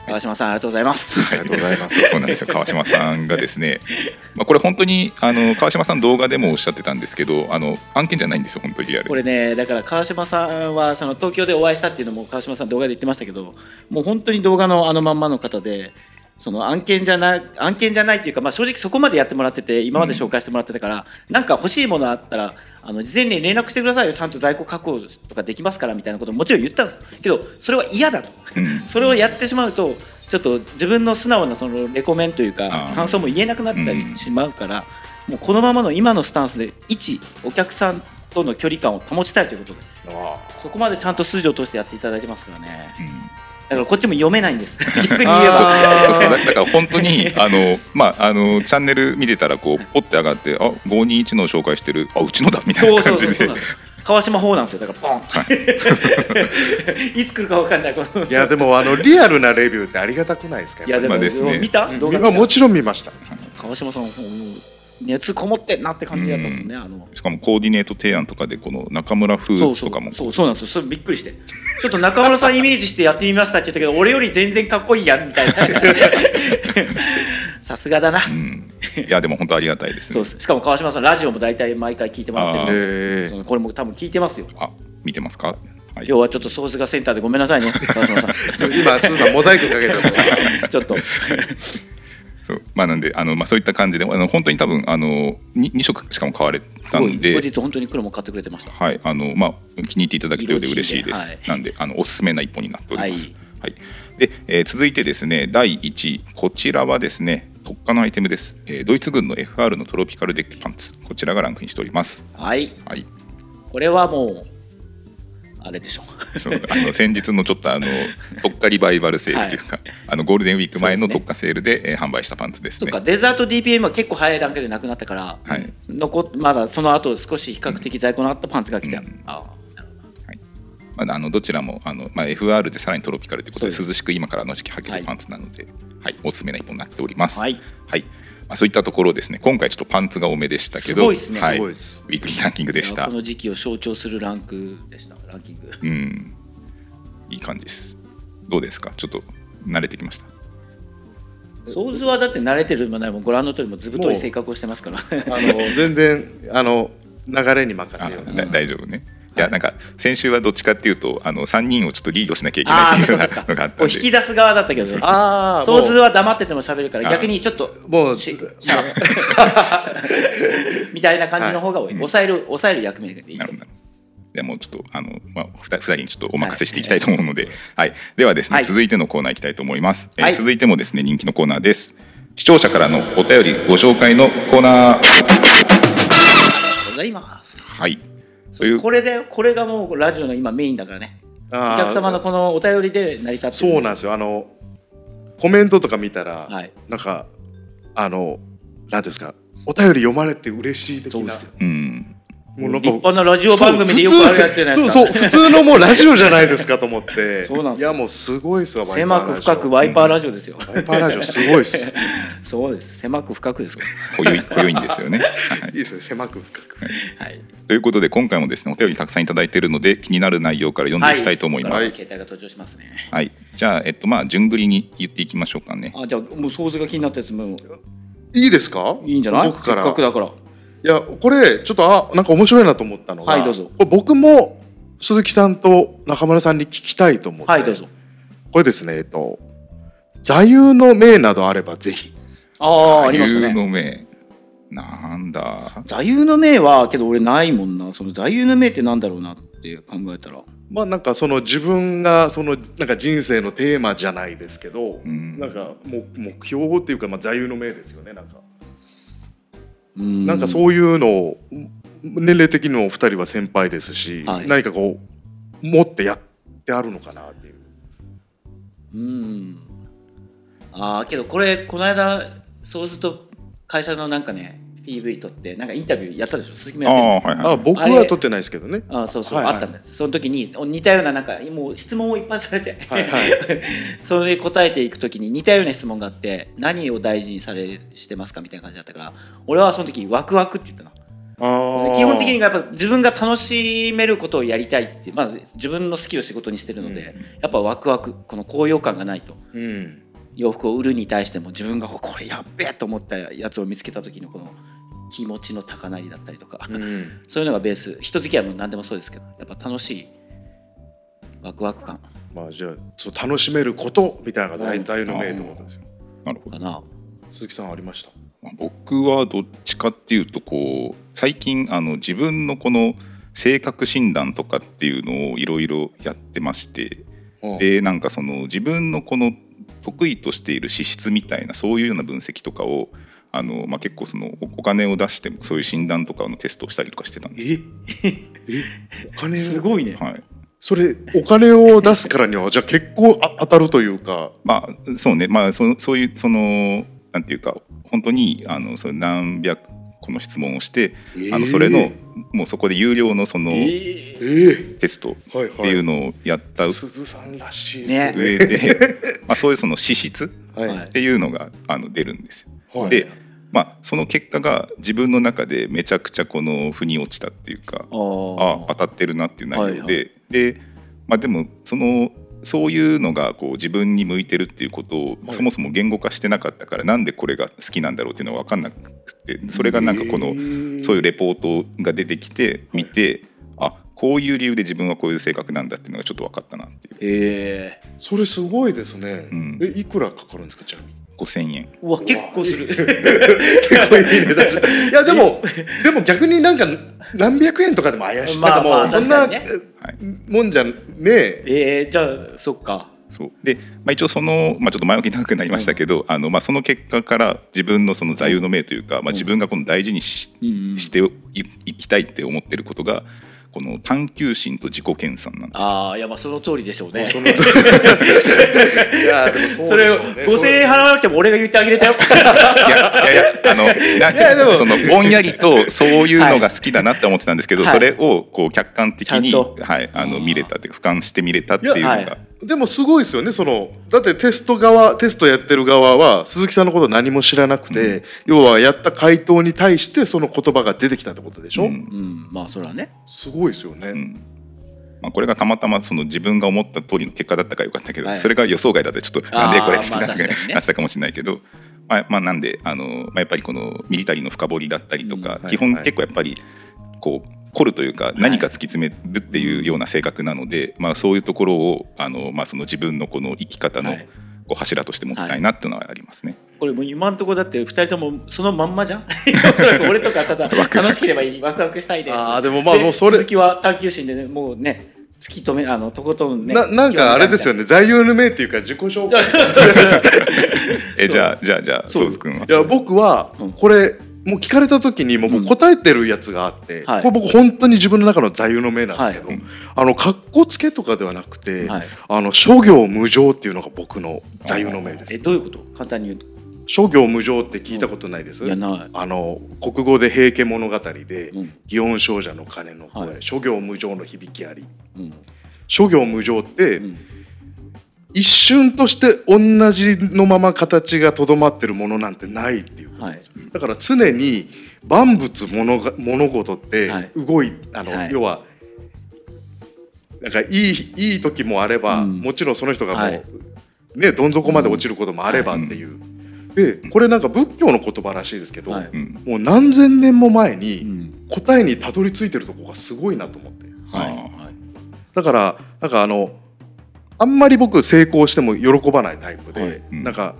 Speaker 4: 川島さんありがとうございます
Speaker 5: ありがとうございます
Speaker 3: そうなんですよ川島さんがですね、 まあ、これ本当にあの川島さん動画でもおっしゃってたんですけどあの案件じゃないんですよ本当にリアルに
Speaker 4: これねだから川島さんはその東京でお会いしたっていうのも川島さん動画で言ってましたけどもう本当に動画のあのまんまの方でその案件じゃない案件じゃないっていうか、まあ、正直そこまでやってもらってて今まで紹介してもらってたから、なんか欲しいものあったらあの事前に連絡してくださいよちゃんと在庫確保とかできますからみたいなことももちろん言ったんですけどそれは嫌だと
Speaker 3: うん
Speaker 4: それをやってしまうとちょっと自分の素直なそのレコメンという
Speaker 3: あ
Speaker 4: か
Speaker 3: ー
Speaker 4: 感想も言えなくなった
Speaker 3: うん
Speaker 4: りしまうから、もうこのままの今のスタンスで一お客さんとの距離感を保ちたいということでそこまでちゃんと筋を通してやっていただいてますからね
Speaker 3: うん
Speaker 4: だからこっちも読めないんです逆に言え
Speaker 5: あ
Speaker 4: ば
Speaker 5: ー
Speaker 3: そうそうだだから本当 にあの、まあ、あのチャンネル見てたらこうポッて上がって「あ521の紹介してるあうちのだ」みたい
Speaker 4: そ
Speaker 3: な
Speaker 4: うそ
Speaker 3: 感
Speaker 4: うそ
Speaker 3: じ
Speaker 4: うそ
Speaker 3: で
Speaker 4: うなんです川島法なんですよだからポン、 い、つ来るかわかんないこの
Speaker 5: いやでもあのリアルなレビューってありがたくないですか
Speaker 4: いやで
Speaker 3: まあ
Speaker 4: も,、
Speaker 3: ですね
Speaker 4: 見た
Speaker 5: うん
Speaker 4: 動画
Speaker 5: まあもちろん見ました
Speaker 4: 川島さんもう熱こもってんなって感じだったもんね、あの
Speaker 3: しかもコーディネート提案とかでこの中村風
Speaker 4: そうそう
Speaker 3: とかも
Speaker 4: そうそうなんですよそれびっくりしてちょっと中村さんイメージしてやってみましたって言ったけど俺より全然かっこいいやんみたいな さすがだな、
Speaker 3: うん、いやでも本当ありがたいです
Speaker 4: そう
Speaker 3: ね
Speaker 4: ですしかも川島さんラジオも大体毎回聞いてもらってるんで
Speaker 5: え
Speaker 4: そのこれも多分聞いてますよ
Speaker 3: あ見てますか、はい
Speaker 4: 今日はちょっと掃除がセンターでごめんなさいね川島さん
Speaker 5: ー今スーさんモザイクかけてる
Speaker 4: ちょっと
Speaker 3: そうまあなんであの、まあ、そういった感じであの本当に多分あの 2, 色しかも買われ
Speaker 4: す
Speaker 3: た
Speaker 4: ご
Speaker 3: ん
Speaker 4: い
Speaker 3: で
Speaker 4: 後日本当に黒も買ってくれてました
Speaker 3: はいあのまあ、気に入っていただけたようで嬉しいです。
Speaker 4: 色落ちで
Speaker 3: なんであのおすすめな一本になっております。
Speaker 4: は
Speaker 3: はいはいでえー続いてですね第1位こちらはですね特化のアイテムです、えードイツ軍の FR のトロピカルデッキパンツこちらがランクインしております、
Speaker 4: はい
Speaker 3: はい、
Speaker 4: これはもうあれでしょ
Speaker 3: そ のあの先日のちょっとあの特価リバイバルセールというか、あのゴールデンウィーク前の特価セールでえー販売したパンツです
Speaker 4: と
Speaker 3: ね。
Speaker 4: かデザート DPM は結構早い段階でなくなったから、
Speaker 3: はい
Speaker 4: 残っまだその後少し比較的在庫のあったパンツが来た、
Speaker 3: うん
Speaker 4: あーなるほ
Speaker 3: まあ、あのどちらもあの、まあ、FR でさらにトロピカルということで
Speaker 4: そうです
Speaker 3: 涼しく今からの時期履け
Speaker 4: は
Speaker 3: る
Speaker 4: い
Speaker 3: パンツなので、はいおすすめな一本になっております。
Speaker 4: どはい
Speaker 3: はいまあ、そういったところですね今回ちょっとパンツが多めでしたけど
Speaker 4: すごいっすね
Speaker 3: は
Speaker 5: す
Speaker 3: い、ウ
Speaker 5: ごい
Speaker 3: ィ
Speaker 5: です。
Speaker 3: ークリーランキングでした
Speaker 4: こ。の時期を象徴するランクでしたランキング
Speaker 3: うんいい感じです。どうですかちょっと慣れてきました。
Speaker 4: 想像はだって慣れてるもないもんご覧の通りもうずぶとい性格をしてますから
Speaker 5: あの全然あの流れに任
Speaker 3: あ
Speaker 5: せよう。
Speaker 3: だ大丈夫ね。いやなんか先週はどっちかっていうとあの3人をちょっとリードしなきゃいけな
Speaker 4: あ
Speaker 3: い
Speaker 4: あ
Speaker 3: っ てい
Speaker 4: そ
Speaker 3: う
Speaker 4: う
Speaker 3: よう
Speaker 4: かそ
Speaker 3: なの
Speaker 4: う
Speaker 3: があっ
Speaker 4: かお
Speaker 3: たんで
Speaker 4: 引き出す側だったけど
Speaker 5: あー
Speaker 4: 想像は黙ってても喋るから
Speaker 3: あー
Speaker 4: 逆にちょっと
Speaker 5: もう
Speaker 4: し
Speaker 5: も
Speaker 4: しゃ みたいな感じの方が多い、抑える抑える役目でいい
Speaker 3: なるほど。じゃあもうちょっとあの、まあ、2, 人にちょっとお任せしていきたいと思うので、はいではですね、
Speaker 4: はい
Speaker 3: 続いてのコーナーいきたいと思います、えー
Speaker 4: はい
Speaker 3: 続いてもですね人気のコーナーです視聴者からのお便りご紹介のコーナー
Speaker 4: ございます
Speaker 3: はいという
Speaker 4: これでこれがもうラジオの今メインだからねお
Speaker 5: あー
Speaker 4: 客様のこのお便りで成り立って
Speaker 5: そうなんですよ。あのコメントとか見たら、
Speaker 4: はい
Speaker 5: なんかあのなんていうんですか、お便り読まれて嬉しい的
Speaker 4: そうで
Speaker 5: な
Speaker 4: すよ、
Speaker 3: うん
Speaker 5: もうなん
Speaker 4: 立
Speaker 5: か
Speaker 4: 派なラジオ番組でよくあるやつじゃないですか
Speaker 5: そう普通そうそう普通のもうラジオじゃないですかと思って。
Speaker 4: そうなんです
Speaker 5: いやもうすごいですわ。ワイパー
Speaker 4: 狭
Speaker 5: ラジ
Speaker 4: く
Speaker 5: オ
Speaker 4: 深くワイパーラジオですよ、
Speaker 5: ワイパーラジオすごいです。
Speaker 4: そうです狭く深くですよ
Speaker 3: 濃ゆい 濃ゆいんですよね、は
Speaker 5: い
Speaker 3: い
Speaker 5: いですね。狭く深く。
Speaker 4: はい
Speaker 3: ということで今回もですねお便りたくさんいただいているので気になる内容から読んでいきたいと思いま
Speaker 4: は
Speaker 3: す、
Speaker 4: ここから携帯が登場しますね
Speaker 3: はいじゃあ、えっとまあ、順繰りに言っていきましょうかね
Speaker 4: あじゃあもう想像が気になったやつも
Speaker 5: いいですか？
Speaker 4: いいんじゃない
Speaker 5: 僕から。
Speaker 4: せっかくだから
Speaker 5: いやこれちょっとあなんか面白いなと思ったのが、
Speaker 4: はいどうぞ
Speaker 5: これ僕も鈴木さんと中村さんに聞きたいと思って、
Speaker 4: はいどうぞ
Speaker 5: これですねえっと座右の銘などあればぜひ
Speaker 4: ああーあります
Speaker 3: 座
Speaker 4: ね
Speaker 3: 右の銘なんだ
Speaker 4: 座右の銘はけど俺ないもんなその座右の銘ってなんだろうなって考えたら
Speaker 5: まあなんかその自分がそのなんか人生のテーマじゃないですけど、
Speaker 3: うん
Speaker 5: なんかもう目標っていうか、まあ、座右の銘ですよねなんか、
Speaker 4: うん
Speaker 5: なんかそういうのを年齢的にもお二人は先輩ですし、
Speaker 4: はい
Speaker 5: 何かこう持ってやってあるのかなっていう
Speaker 4: うんああけどこれこの間そうすると会社のなんかね PV 撮ってなんかインタビューやったでしょ鈴木も
Speaker 3: ああ
Speaker 4: やって
Speaker 3: はいはい
Speaker 5: あ僕は取ってないですけどね
Speaker 4: るあそうそう、
Speaker 5: はいはい
Speaker 4: あったんだよその時にお似たようななんかもう質問をいっぱいされて、
Speaker 5: はいは
Speaker 4: それに答えていく時に似たような質問があって何を大事にされしてますかみたいな感じだったから俺はその時ワクワクって言ったの
Speaker 5: あー
Speaker 4: 基本的にやっぱ自分が楽しめることをやりたいってまず自分の好きを仕事にしてるので、
Speaker 5: うん
Speaker 4: やっぱワクワクこの高揚感がないと
Speaker 5: うん
Speaker 4: 洋服を売るに対しても自分がこれやっべえと思ったやつを見つけた時のこの気持ちの高鳴りだったりとか、
Speaker 5: うん
Speaker 4: そういうのがベース人付き合いも何でもそうですけどやっぱ楽しいワクワク感
Speaker 5: まあじゃあそう楽しめることみたいなのが
Speaker 4: う
Speaker 5: 大
Speaker 4: ん
Speaker 5: 座右の銘ってことですよ。
Speaker 3: なるほど
Speaker 4: かな
Speaker 5: 鈴木さんありました。
Speaker 3: まあ僕はどっちかっていうとこう最近あの自分のこの性格診断とかっていうのをいろいろやってましてでなんかその自分のこの得意としている資質みたいなそういうような分析とかをあの、まあ、結構そのおお金を出してもそういう診断とかのテストをしたりとかしてたんですよ。
Speaker 5: えお金を
Speaker 4: ごいね
Speaker 3: はい
Speaker 5: それお金を出すからにはじゃあ結構あ当たるというか
Speaker 3: まあそうねまあそのそういうそのなんていうか本当にあのその何百個の質問をして、あのそれの
Speaker 5: え
Speaker 3: もうそこで有料のその
Speaker 4: え
Speaker 5: え
Speaker 3: テスト
Speaker 5: はい
Speaker 3: っていう
Speaker 5: は
Speaker 3: のをやった
Speaker 5: い。鈴さんらしいです
Speaker 4: ね
Speaker 5: ね。
Speaker 3: 上で、 まあ、そういうその資質
Speaker 5: はい
Speaker 4: はい
Speaker 3: っていうのがあの出るんですよ。
Speaker 5: はい
Speaker 3: で、まあ、その結果が自分の中でめちゃくちゃこの腑に落ちたっていうか
Speaker 4: あー
Speaker 3: あ当たってるなっていう内容で、
Speaker 4: はいは
Speaker 3: で、まあ、でもそのそういうのがこう自分に向いてるっていうことを
Speaker 5: はい
Speaker 3: そもそも言語化してなかったからなんでこれが好きなんだろうっていうのが分かんなくてそれがなんかこの、そういうレポートが出てきて見て、あこういう理由で自分はこういう性格なんだっていうのがちょっと分かったなっていう。
Speaker 4: ええ
Speaker 5: それすごいですね
Speaker 3: うん。
Speaker 5: えいくらかかるんですかちなみに。
Speaker 3: 5000円
Speaker 4: うわ結構する
Speaker 5: 結 構いいね確かにいやでもでも逆になんか何百円とかでも怪しい。
Speaker 4: ま
Speaker 5: な
Speaker 4: あ
Speaker 5: んかも
Speaker 4: まあ
Speaker 5: うそんな
Speaker 4: 確か
Speaker 5: もんじゃねえ。
Speaker 4: ええじゃあそっか
Speaker 3: そうで、まあ、一応その、まあ、ちょっと前置き長くなりましたけど、あのまあ、その結果から自分のその座右の銘というか、まあ、自分がこの大事にし,、
Speaker 4: うん
Speaker 3: していいきたいって思ってることがこの探求心と自己研鑽なんです
Speaker 4: ああいやまあその通りでしょうね
Speaker 5: そ
Speaker 4: そ
Speaker 5: のいやでも そうで
Speaker 4: れ
Speaker 5: しょ
Speaker 4: を
Speaker 5: うね
Speaker 4: 5000円払わなくても俺が言ってあげ れたよ
Speaker 3: いやいやいやあのない
Speaker 5: やでも
Speaker 3: そのぼんやりとそういうのが好きだなって思ってたんですけど、
Speaker 4: はい
Speaker 3: それをこう客観的に、
Speaker 4: ちゃんと
Speaker 3: はい、あの見れたっていうか俯瞰して見れたっていうのが、
Speaker 4: いやはい
Speaker 5: でもすごいですよねそのだってテスト側テストやってる側は鈴木さんのこと何も知らなくて、要はやった回答に対してその言葉が出てきたってことでしょ、
Speaker 3: うん
Speaker 4: うんまあそれはね
Speaker 5: すごいですよね、
Speaker 3: うんまあ、これがたまたまその自分が思った通りの結果だったからよかったけど、
Speaker 4: はい
Speaker 3: それが予想外だったらちょっと
Speaker 4: あー
Speaker 3: なんでこれ作らな
Speaker 4: まあ
Speaker 3: く
Speaker 4: 確かにね
Speaker 3: なってたかもしれないけど、まあまあ、なんであの、まあ、やっぱりこのミリタリーの深掘りだったりとか、
Speaker 5: うんは
Speaker 3: 基
Speaker 5: い
Speaker 3: 本
Speaker 5: はい
Speaker 3: 結構やっぱりこう凝るというか何か突き詰めるっていうような性格なので、まあ、そういうところをあの、まあ、その自分のこの生き方の
Speaker 4: はい
Speaker 3: こう柱として持ってたいなっていうのはありますね。
Speaker 4: これもう今のところだって2人ともそのまんまじゃん おそらく俺とかただ
Speaker 3: ワクワク
Speaker 4: 楽しければいいワクワクしたいです
Speaker 5: あーでもまあもうそれ
Speaker 4: 続きは探求心でねもうね突き止めあのとことんね
Speaker 5: ななんかあれですよね座右の銘っていうか自己紹介
Speaker 3: えじゃあじゃあじゃあ
Speaker 4: そう
Speaker 3: ソウズ君はい
Speaker 5: や僕は
Speaker 4: うん
Speaker 5: これもう聞かれた時にもうもう答えてるやつがあって、
Speaker 4: はい
Speaker 5: これ僕本当に自分の中の座右の銘なんですけど、
Speaker 3: はい
Speaker 5: あの格好つけとかではなくて、
Speaker 4: はい
Speaker 5: あの諸行無常っていうのが僕の座右の銘です
Speaker 4: えどういうこと簡単に言うと
Speaker 5: 諸行無常って聞いたことないです、
Speaker 4: いやない
Speaker 5: あの国語で「平家物語」で
Speaker 4: うん
Speaker 5: 「祇園少女の鐘の声」
Speaker 4: はい
Speaker 5: 諸行無常の響きあり」
Speaker 4: うん
Speaker 5: 諸行無常って、
Speaker 4: うん
Speaker 5: 一瞬として同じのまま形がとどまってるものなんてないっていうことなんですよ、だから常に万物物が物事って
Speaker 4: はい
Speaker 5: 動い、あの、
Speaker 4: はい
Speaker 5: 要はなんかいいいい時もあれば、
Speaker 4: うん
Speaker 5: もちろんその人がもう、
Speaker 4: はい
Speaker 5: ねどん底まで落ちることもあればっていう、でこれなんか仏教の言葉らしいですけど、
Speaker 4: はい
Speaker 3: うん
Speaker 5: もう何千年も前
Speaker 4: う
Speaker 5: に
Speaker 4: ん
Speaker 5: 答えにたどり着いてるとこがすごいなと思って。
Speaker 4: はい
Speaker 3: あー
Speaker 4: はい
Speaker 5: だからなんかあのあんまり僕成功しても喜ばないタイプで、
Speaker 4: はい
Speaker 3: うん
Speaker 5: なんか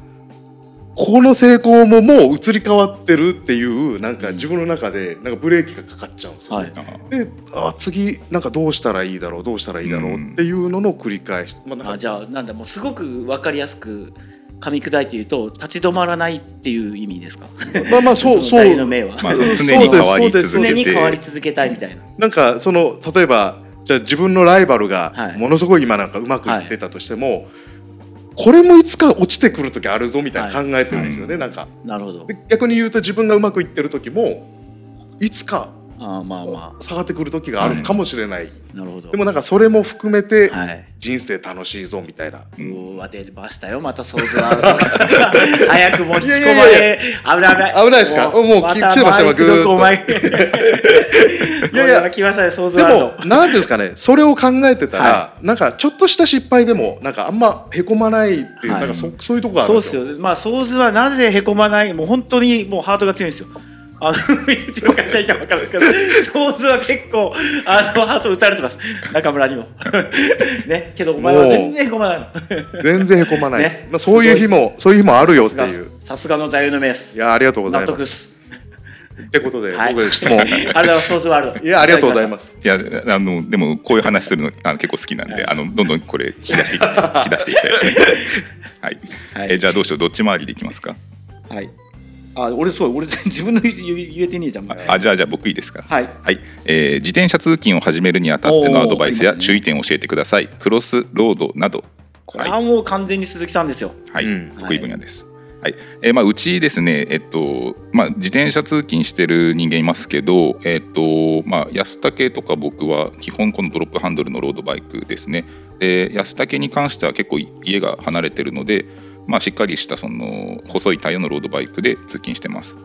Speaker 5: この成功ももう移り変わってるっていうなんか
Speaker 4: うん
Speaker 5: 自分の中でなんかブレーキがかかっちゃうんですよ、
Speaker 4: は
Speaker 5: ね
Speaker 4: い
Speaker 3: あー
Speaker 5: であ次なんかどうしたらいいだろうどうしたらいいだろうっていうのの繰り返し、まあ、な
Speaker 4: あ
Speaker 5: ん
Speaker 4: じ
Speaker 5: か
Speaker 4: ゃあなんだもうすごく分かりやすく噛み砕いて言うと立ち止まらないっていう意味ですか
Speaker 5: まあまあ そう
Speaker 4: そ
Speaker 5: そ
Speaker 4: の
Speaker 5: う
Speaker 4: 大の銘は、
Speaker 3: まあ、
Speaker 5: そうです
Speaker 3: 常に変わり
Speaker 5: そうです
Speaker 3: 続け
Speaker 4: 常に変わり
Speaker 3: て
Speaker 4: 続けたいみたいな、
Speaker 5: なんかその例えばじゃあ自分のライバル
Speaker 4: は
Speaker 5: が
Speaker 4: い
Speaker 5: ものすごい今なんかうまくいってたとしても、これもいつか落ちてくる時あるぞみたいな考えてるんですよね、なんか。
Speaker 4: なるほど
Speaker 5: で逆に言うと自分がうまくいってる時もいつか
Speaker 4: あーまあま
Speaker 5: 下がってくる時があるかもしれない、
Speaker 4: あなるほど
Speaker 5: でもなんかそれも含めて
Speaker 4: はい
Speaker 5: 人生楽しいぞみたいな、
Speaker 4: うわ出ましたよまた想像 ある早くもう引き込まれ危ない危ない
Speaker 5: 危ないですかもうき来てましたよ
Speaker 4: ぐ
Speaker 5: ぐーっと
Speaker 4: お前いやい
Speaker 5: い や
Speaker 4: や来ましたね想
Speaker 5: で
Speaker 4: 像ある
Speaker 5: も何ていうんですかねそれを考えてたら、
Speaker 4: は
Speaker 5: なんかちょっとした失敗でもなんかあんまへこまないっていう、
Speaker 4: はい
Speaker 5: なんかそそういうとこがある
Speaker 4: そ
Speaker 5: んで
Speaker 4: うですす
Speaker 5: よ
Speaker 4: よまあ想像はなぜへこまないもう本当にもうハートが強いんですよあのうちの会社いたら分かるんですけど想像は結構あのハート打たれてます中村にも ねけどお前は全然へこまないの
Speaker 5: 全然へこまないです、
Speaker 4: ね
Speaker 5: まあ、そういう日もそういう日もあるよっ
Speaker 4: さす
Speaker 5: て
Speaker 4: が
Speaker 5: いう
Speaker 4: さすがの座右の銘で
Speaker 5: い
Speaker 4: す
Speaker 5: やありがとうござい
Speaker 4: 納
Speaker 5: ま
Speaker 4: 得っ
Speaker 5: す
Speaker 4: す
Speaker 5: ってことで、
Speaker 4: はい
Speaker 5: 僕質 問
Speaker 4: あり
Speaker 5: い
Speaker 4: がとうございます想像はある
Speaker 5: やありがとうございます
Speaker 3: いやあのでもこういう話するのあの結構好きなんで、
Speaker 4: はい
Speaker 3: あのどんどんこれ引き 出していき引き出していきたいですね。はい。
Speaker 4: はい
Speaker 3: えじゃあどうしようどっち回りでいきますか。
Speaker 4: はい。あ、俺そう、俺 自分の言う言えてねえじゃん。
Speaker 3: あ
Speaker 4: はい。
Speaker 3: あじゃあじゃあ僕いいですか。
Speaker 4: はい。
Speaker 3: はい、えー自転車通勤を始めるにあたってのアドバイス
Speaker 4: お
Speaker 3: や
Speaker 4: ー
Speaker 3: 注意点を教えてください。クロスロードなど。
Speaker 4: これ
Speaker 3: は。
Speaker 4: はいもう完全に鈴木さんですよ。
Speaker 3: はい
Speaker 5: うん
Speaker 3: 得意分野です。はいえーまあ、うちですね、えっとまあ、自転車通勤してる人間いますけど、えっとまあ、安武とか僕は基本このドロップハンドルのロードバイクですねで安武に関しては結構家が離れてるので、まあ、しっかりしたその細いタイヤのロードバイクで通勤してます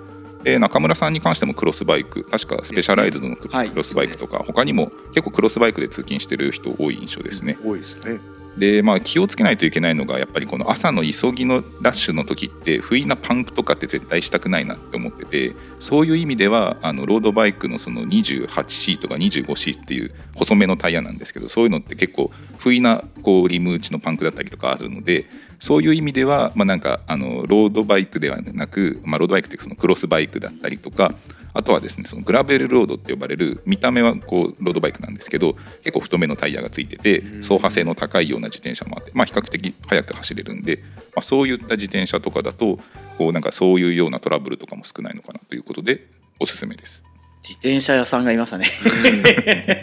Speaker 3: で中村さんに関してもクロスバイク確かスペシャライズドのク
Speaker 4: はい
Speaker 3: クロスバイクとか他にも結構クロスバイクで通勤してる人多い印象ですね
Speaker 5: 多いですね
Speaker 3: でまあ、気をつけないといけないのがやっぱりこの朝の急ぎのラッシュの時って不意なパンクとかって絶対したくないなって思っててそういう意味ではあのロードバイクのその 28C とか 25C っていう細めのタイヤなんですけどそういうのって結構不意なこうリム打ちのパンクだったりとかあるのでそういう意味では、まあ、なんかあのロードバイクではなく、まあ、ロードバイクってそのクロスバイクだったりとかあとはですねそのグラベルロードって呼ばれる見た目はこうロードバイクなんですけど結構太めのタイヤがついてて走破性の高いような自転車もあって、まあ、比較的速く走れるんで、まあ、そういった自転車とかだとこうなんかそういうようなトラブルとかも少ないのかなということでおすすめです。
Speaker 4: 自転車屋さんがいましたね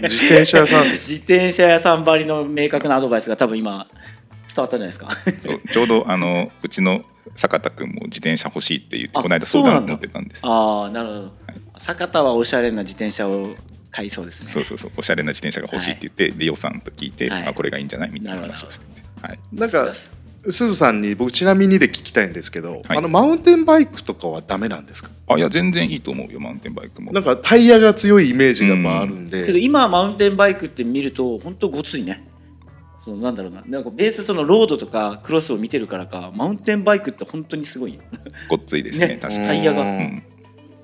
Speaker 5: 自転車屋さん です
Speaker 4: 自転車屋さんばりの明確なアドバイスが多分今伝わったんじゃないですか
Speaker 3: そうちょうどあのうちの坂田君も自転車欲しいって言って
Speaker 4: あ
Speaker 3: この間相談持ってたんですそう
Speaker 4: ああなるほど、坂田はおしゃれな自転車を買いそうですね
Speaker 3: そうそうおしゃれな自転車が欲しいって言って、で予算と聞いて、
Speaker 4: はい
Speaker 3: あこれがいいんじゃないみたいな話をしてて、はい、
Speaker 5: なんかすずさんに僕ちなみにで聞きたいんですけど、
Speaker 3: はい
Speaker 5: あのマウンテンバイクとかはダメなんですか
Speaker 3: あいや全然いいと思うよマウンテンバイクも
Speaker 5: なんかタイヤが強いイメージがまああるんで、
Speaker 4: けど今マウンテンバイクって見ると本当ごついねそのなんだろうななんかベースそのロードとかクロスを見てるからかマウンテンバイクって本当にすごいよ
Speaker 3: ごっついですね
Speaker 4: ね
Speaker 3: 確か
Speaker 5: うん
Speaker 3: に、
Speaker 4: タイヤが
Speaker 5: うん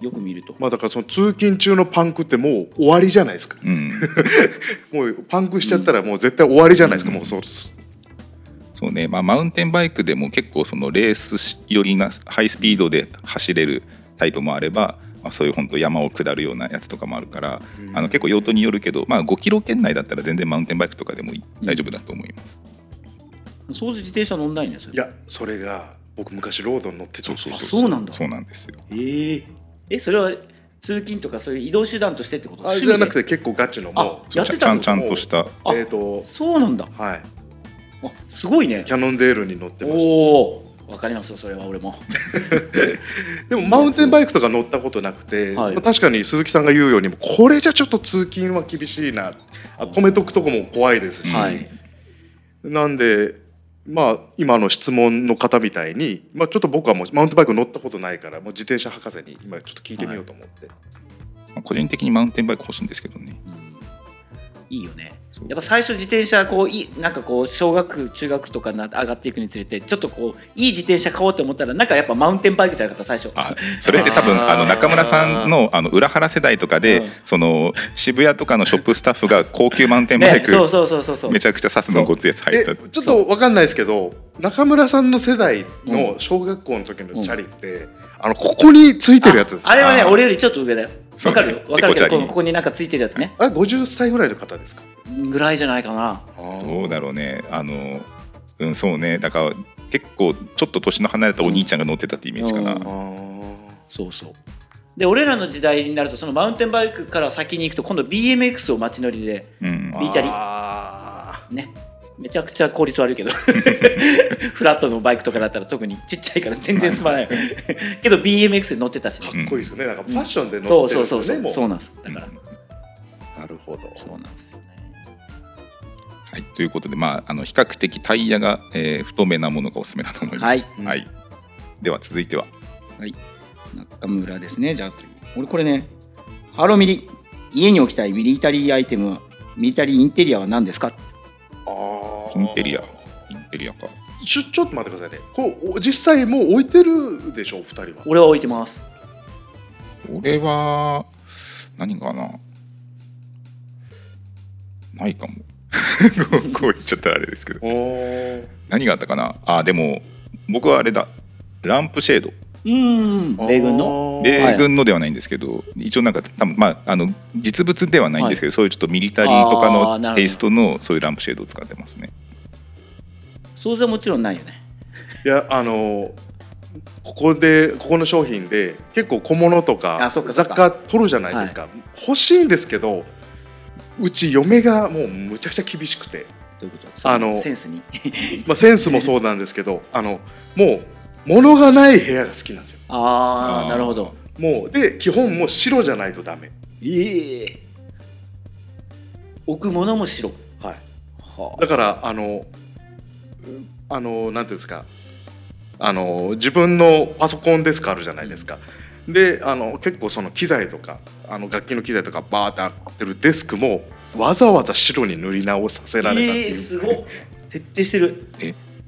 Speaker 4: よく見ると
Speaker 5: まあだからその通勤中のパンクってもう終わりじゃないですか
Speaker 3: うん、
Speaker 5: もうパンクしちゃったらもう絶対終わりじゃないですか、
Speaker 3: うん
Speaker 5: もうそうです
Speaker 3: そうね、まあ、マウンテンバイクでも結構そのレース寄りなハイスピードで走れるタイプもあれば、まあ、そういう本当山を下るようなやつとかもあるから、あの結構用途によるけど、まあ、5キロ圏内だったら全然マウンテンバイクとかでもいい大丈夫だと思います、
Speaker 4: 掃除自転車乗んないんですよ
Speaker 5: いやそれが僕昔ロードに乗ってたんですよ
Speaker 4: そうそうなんだ
Speaker 3: そうなんですよ
Speaker 4: えーえそれは通勤とかそういう移動手段としてってこと
Speaker 5: あれじゃなく
Speaker 4: て
Speaker 5: て結構ガチのも
Speaker 4: あやってたの
Speaker 3: ちゃんちゃんとした
Speaker 5: うえっ、と
Speaker 4: そうなんだ
Speaker 5: はい
Speaker 4: あすごいね
Speaker 5: キャノンデールに乗ってまし
Speaker 4: おおわかりますよそれは俺も
Speaker 5: たでもマウンテンバイクとか乗ったことなくて、
Speaker 4: はい
Speaker 5: まあ、確かに鈴木さんが言うようにこれじゃちょっと通勤は厳しいなあ止めとくとこも怖いですし、
Speaker 4: はい
Speaker 5: なんでまあ今の質問の方みたいに、まあ、ちょっと僕はもうマウンテンバイク乗ったことないからもう自転車博士に今ちょっと聞いてみようと思って、
Speaker 3: まあ個人的にマウンテンバイク欲しいんですけどね
Speaker 4: うんいいよね
Speaker 3: そう
Speaker 4: やっぱ最初自転車こういいなんかこう小学中学とかな上がっていくにつれてちょっとこういい自転車買おうと思ったらなんかやっぱマウンテンバイクじゃなかった最初
Speaker 3: あそれって多分
Speaker 5: あー
Speaker 3: あの中村さんのあの裏原世代とかで、
Speaker 4: うん
Speaker 3: その渋谷とかのショップスタッフが高級マウンテンバイ
Speaker 4: ね
Speaker 3: ク、
Speaker 4: そうそうそうそうそう
Speaker 3: めちゃくちゃサスのごついやつ入
Speaker 5: え
Speaker 3: った
Speaker 5: ちょっとわかんないですけど中村さんの世代の小学校の時のチャリって、あのここについてるやつです
Speaker 4: あれはね
Speaker 3: あー
Speaker 4: 俺よりちょっと上だよ
Speaker 3: そ
Speaker 4: わ
Speaker 3: う
Speaker 4: か
Speaker 3: ね
Speaker 4: るよわかるけ
Speaker 3: エコチャ
Speaker 4: ど
Speaker 3: リ
Speaker 4: このここになんかついてるやつね
Speaker 5: あれ50歳ぐらいの方ですか
Speaker 4: ぐらいじゃないかな
Speaker 3: どうだろうねあのうんそうねだから結構ちょっと年の離れたお兄ちゃんが乗ってたってイメージかな、
Speaker 4: うん
Speaker 5: あ
Speaker 4: そうそうで俺らの時代になるとそのマウンテンバイクから先に行くと今度 BMX を街乗りで
Speaker 3: うん
Speaker 5: ー
Speaker 4: ビーチャリ
Speaker 5: あ
Speaker 4: ねめちゃくちゃ効率悪い けどフラットのバイクとかだったら特にちっちゃいから全然進まないけど BMX で乗ってたしね
Speaker 5: ーかっこいいですねなんかファッションで乗
Speaker 4: そう
Speaker 5: ってる
Speaker 4: そ
Speaker 5: ん
Speaker 4: う
Speaker 5: です
Speaker 4: そ
Speaker 5: よね
Speaker 4: うそう
Speaker 5: も
Speaker 4: そうなんですだから、
Speaker 3: うん
Speaker 5: なるほど
Speaker 4: そうなんですよね
Speaker 3: はい、ということで、まあ、あの比較的タイヤが、えー太めなものがおすすめだと思います、
Speaker 5: はい
Speaker 3: では続いては
Speaker 4: 中村ですねじゃあ次俺これねハロミリ家に置きたいミリタリーアイテムはミリタリーインテリアは何ですか
Speaker 5: あー
Speaker 3: インテリアインテリアか
Speaker 5: ちょちょっと待ってくださいねこうお実際もう置いてるでしょお二人は
Speaker 4: 俺は置いてます
Speaker 3: 俺は何かなないかも こうこう言っちゃったらあれですけど
Speaker 5: おー
Speaker 3: 何があったかなあでも僕はあれだランプシェード
Speaker 4: うん米軍の
Speaker 5: あー
Speaker 3: 米軍のではないんですけど、一応なんか多分まああの実物ではないんですけど、そういうちょっとミリタリーと
Speaker 4: あ
Speaker 3: か
Speaker 4: ーなるほ
Speaker 3: の
Speaker 4: ど
Speaker 3: テイストのそういうランプシェードを使ってますね
Speaker 4: 想像はもちろんないよね
Speaker 5: いやあのここでここの商品で結構小物とか
Speaker 4: あそっかそっ
Speaker 5: 雑
Speaker 4: か
Speaker 5: 貨取るじゃないですか、欲しいんですけどうち嫁がもうむちゃくちゃ厳しくて、
Speaker 4: どういうこと
Speaker 5: あの
Speaker 4: センス に
Speaker 5: まあ、センスもそうなんですけどあのもう物がない部屋が好きなんですよ
Speaker 4: あ
Speaker 3: あ
Speaker 4: あ
Speaker 3: ー
Speaker 4: なるほど
Speaker 5: もうで基本もう白じゃないとダメ、
Speaker 4: ええ置くものも白
Speaker 5: はい、
Speaker 4: は
Speaker 5: だからあのあのなんていうんですかあの自分のパソコンデスクあるじゃないですか、であの結構その機材とかあの楽器の機材とかバーってあってるデスクもわざわざ白に塗り直させられたって
Speaker 4: え
Speaker 5: い
Speaker 4: え
Speaker 5: う、
Speaker 4: すごっ徹底してる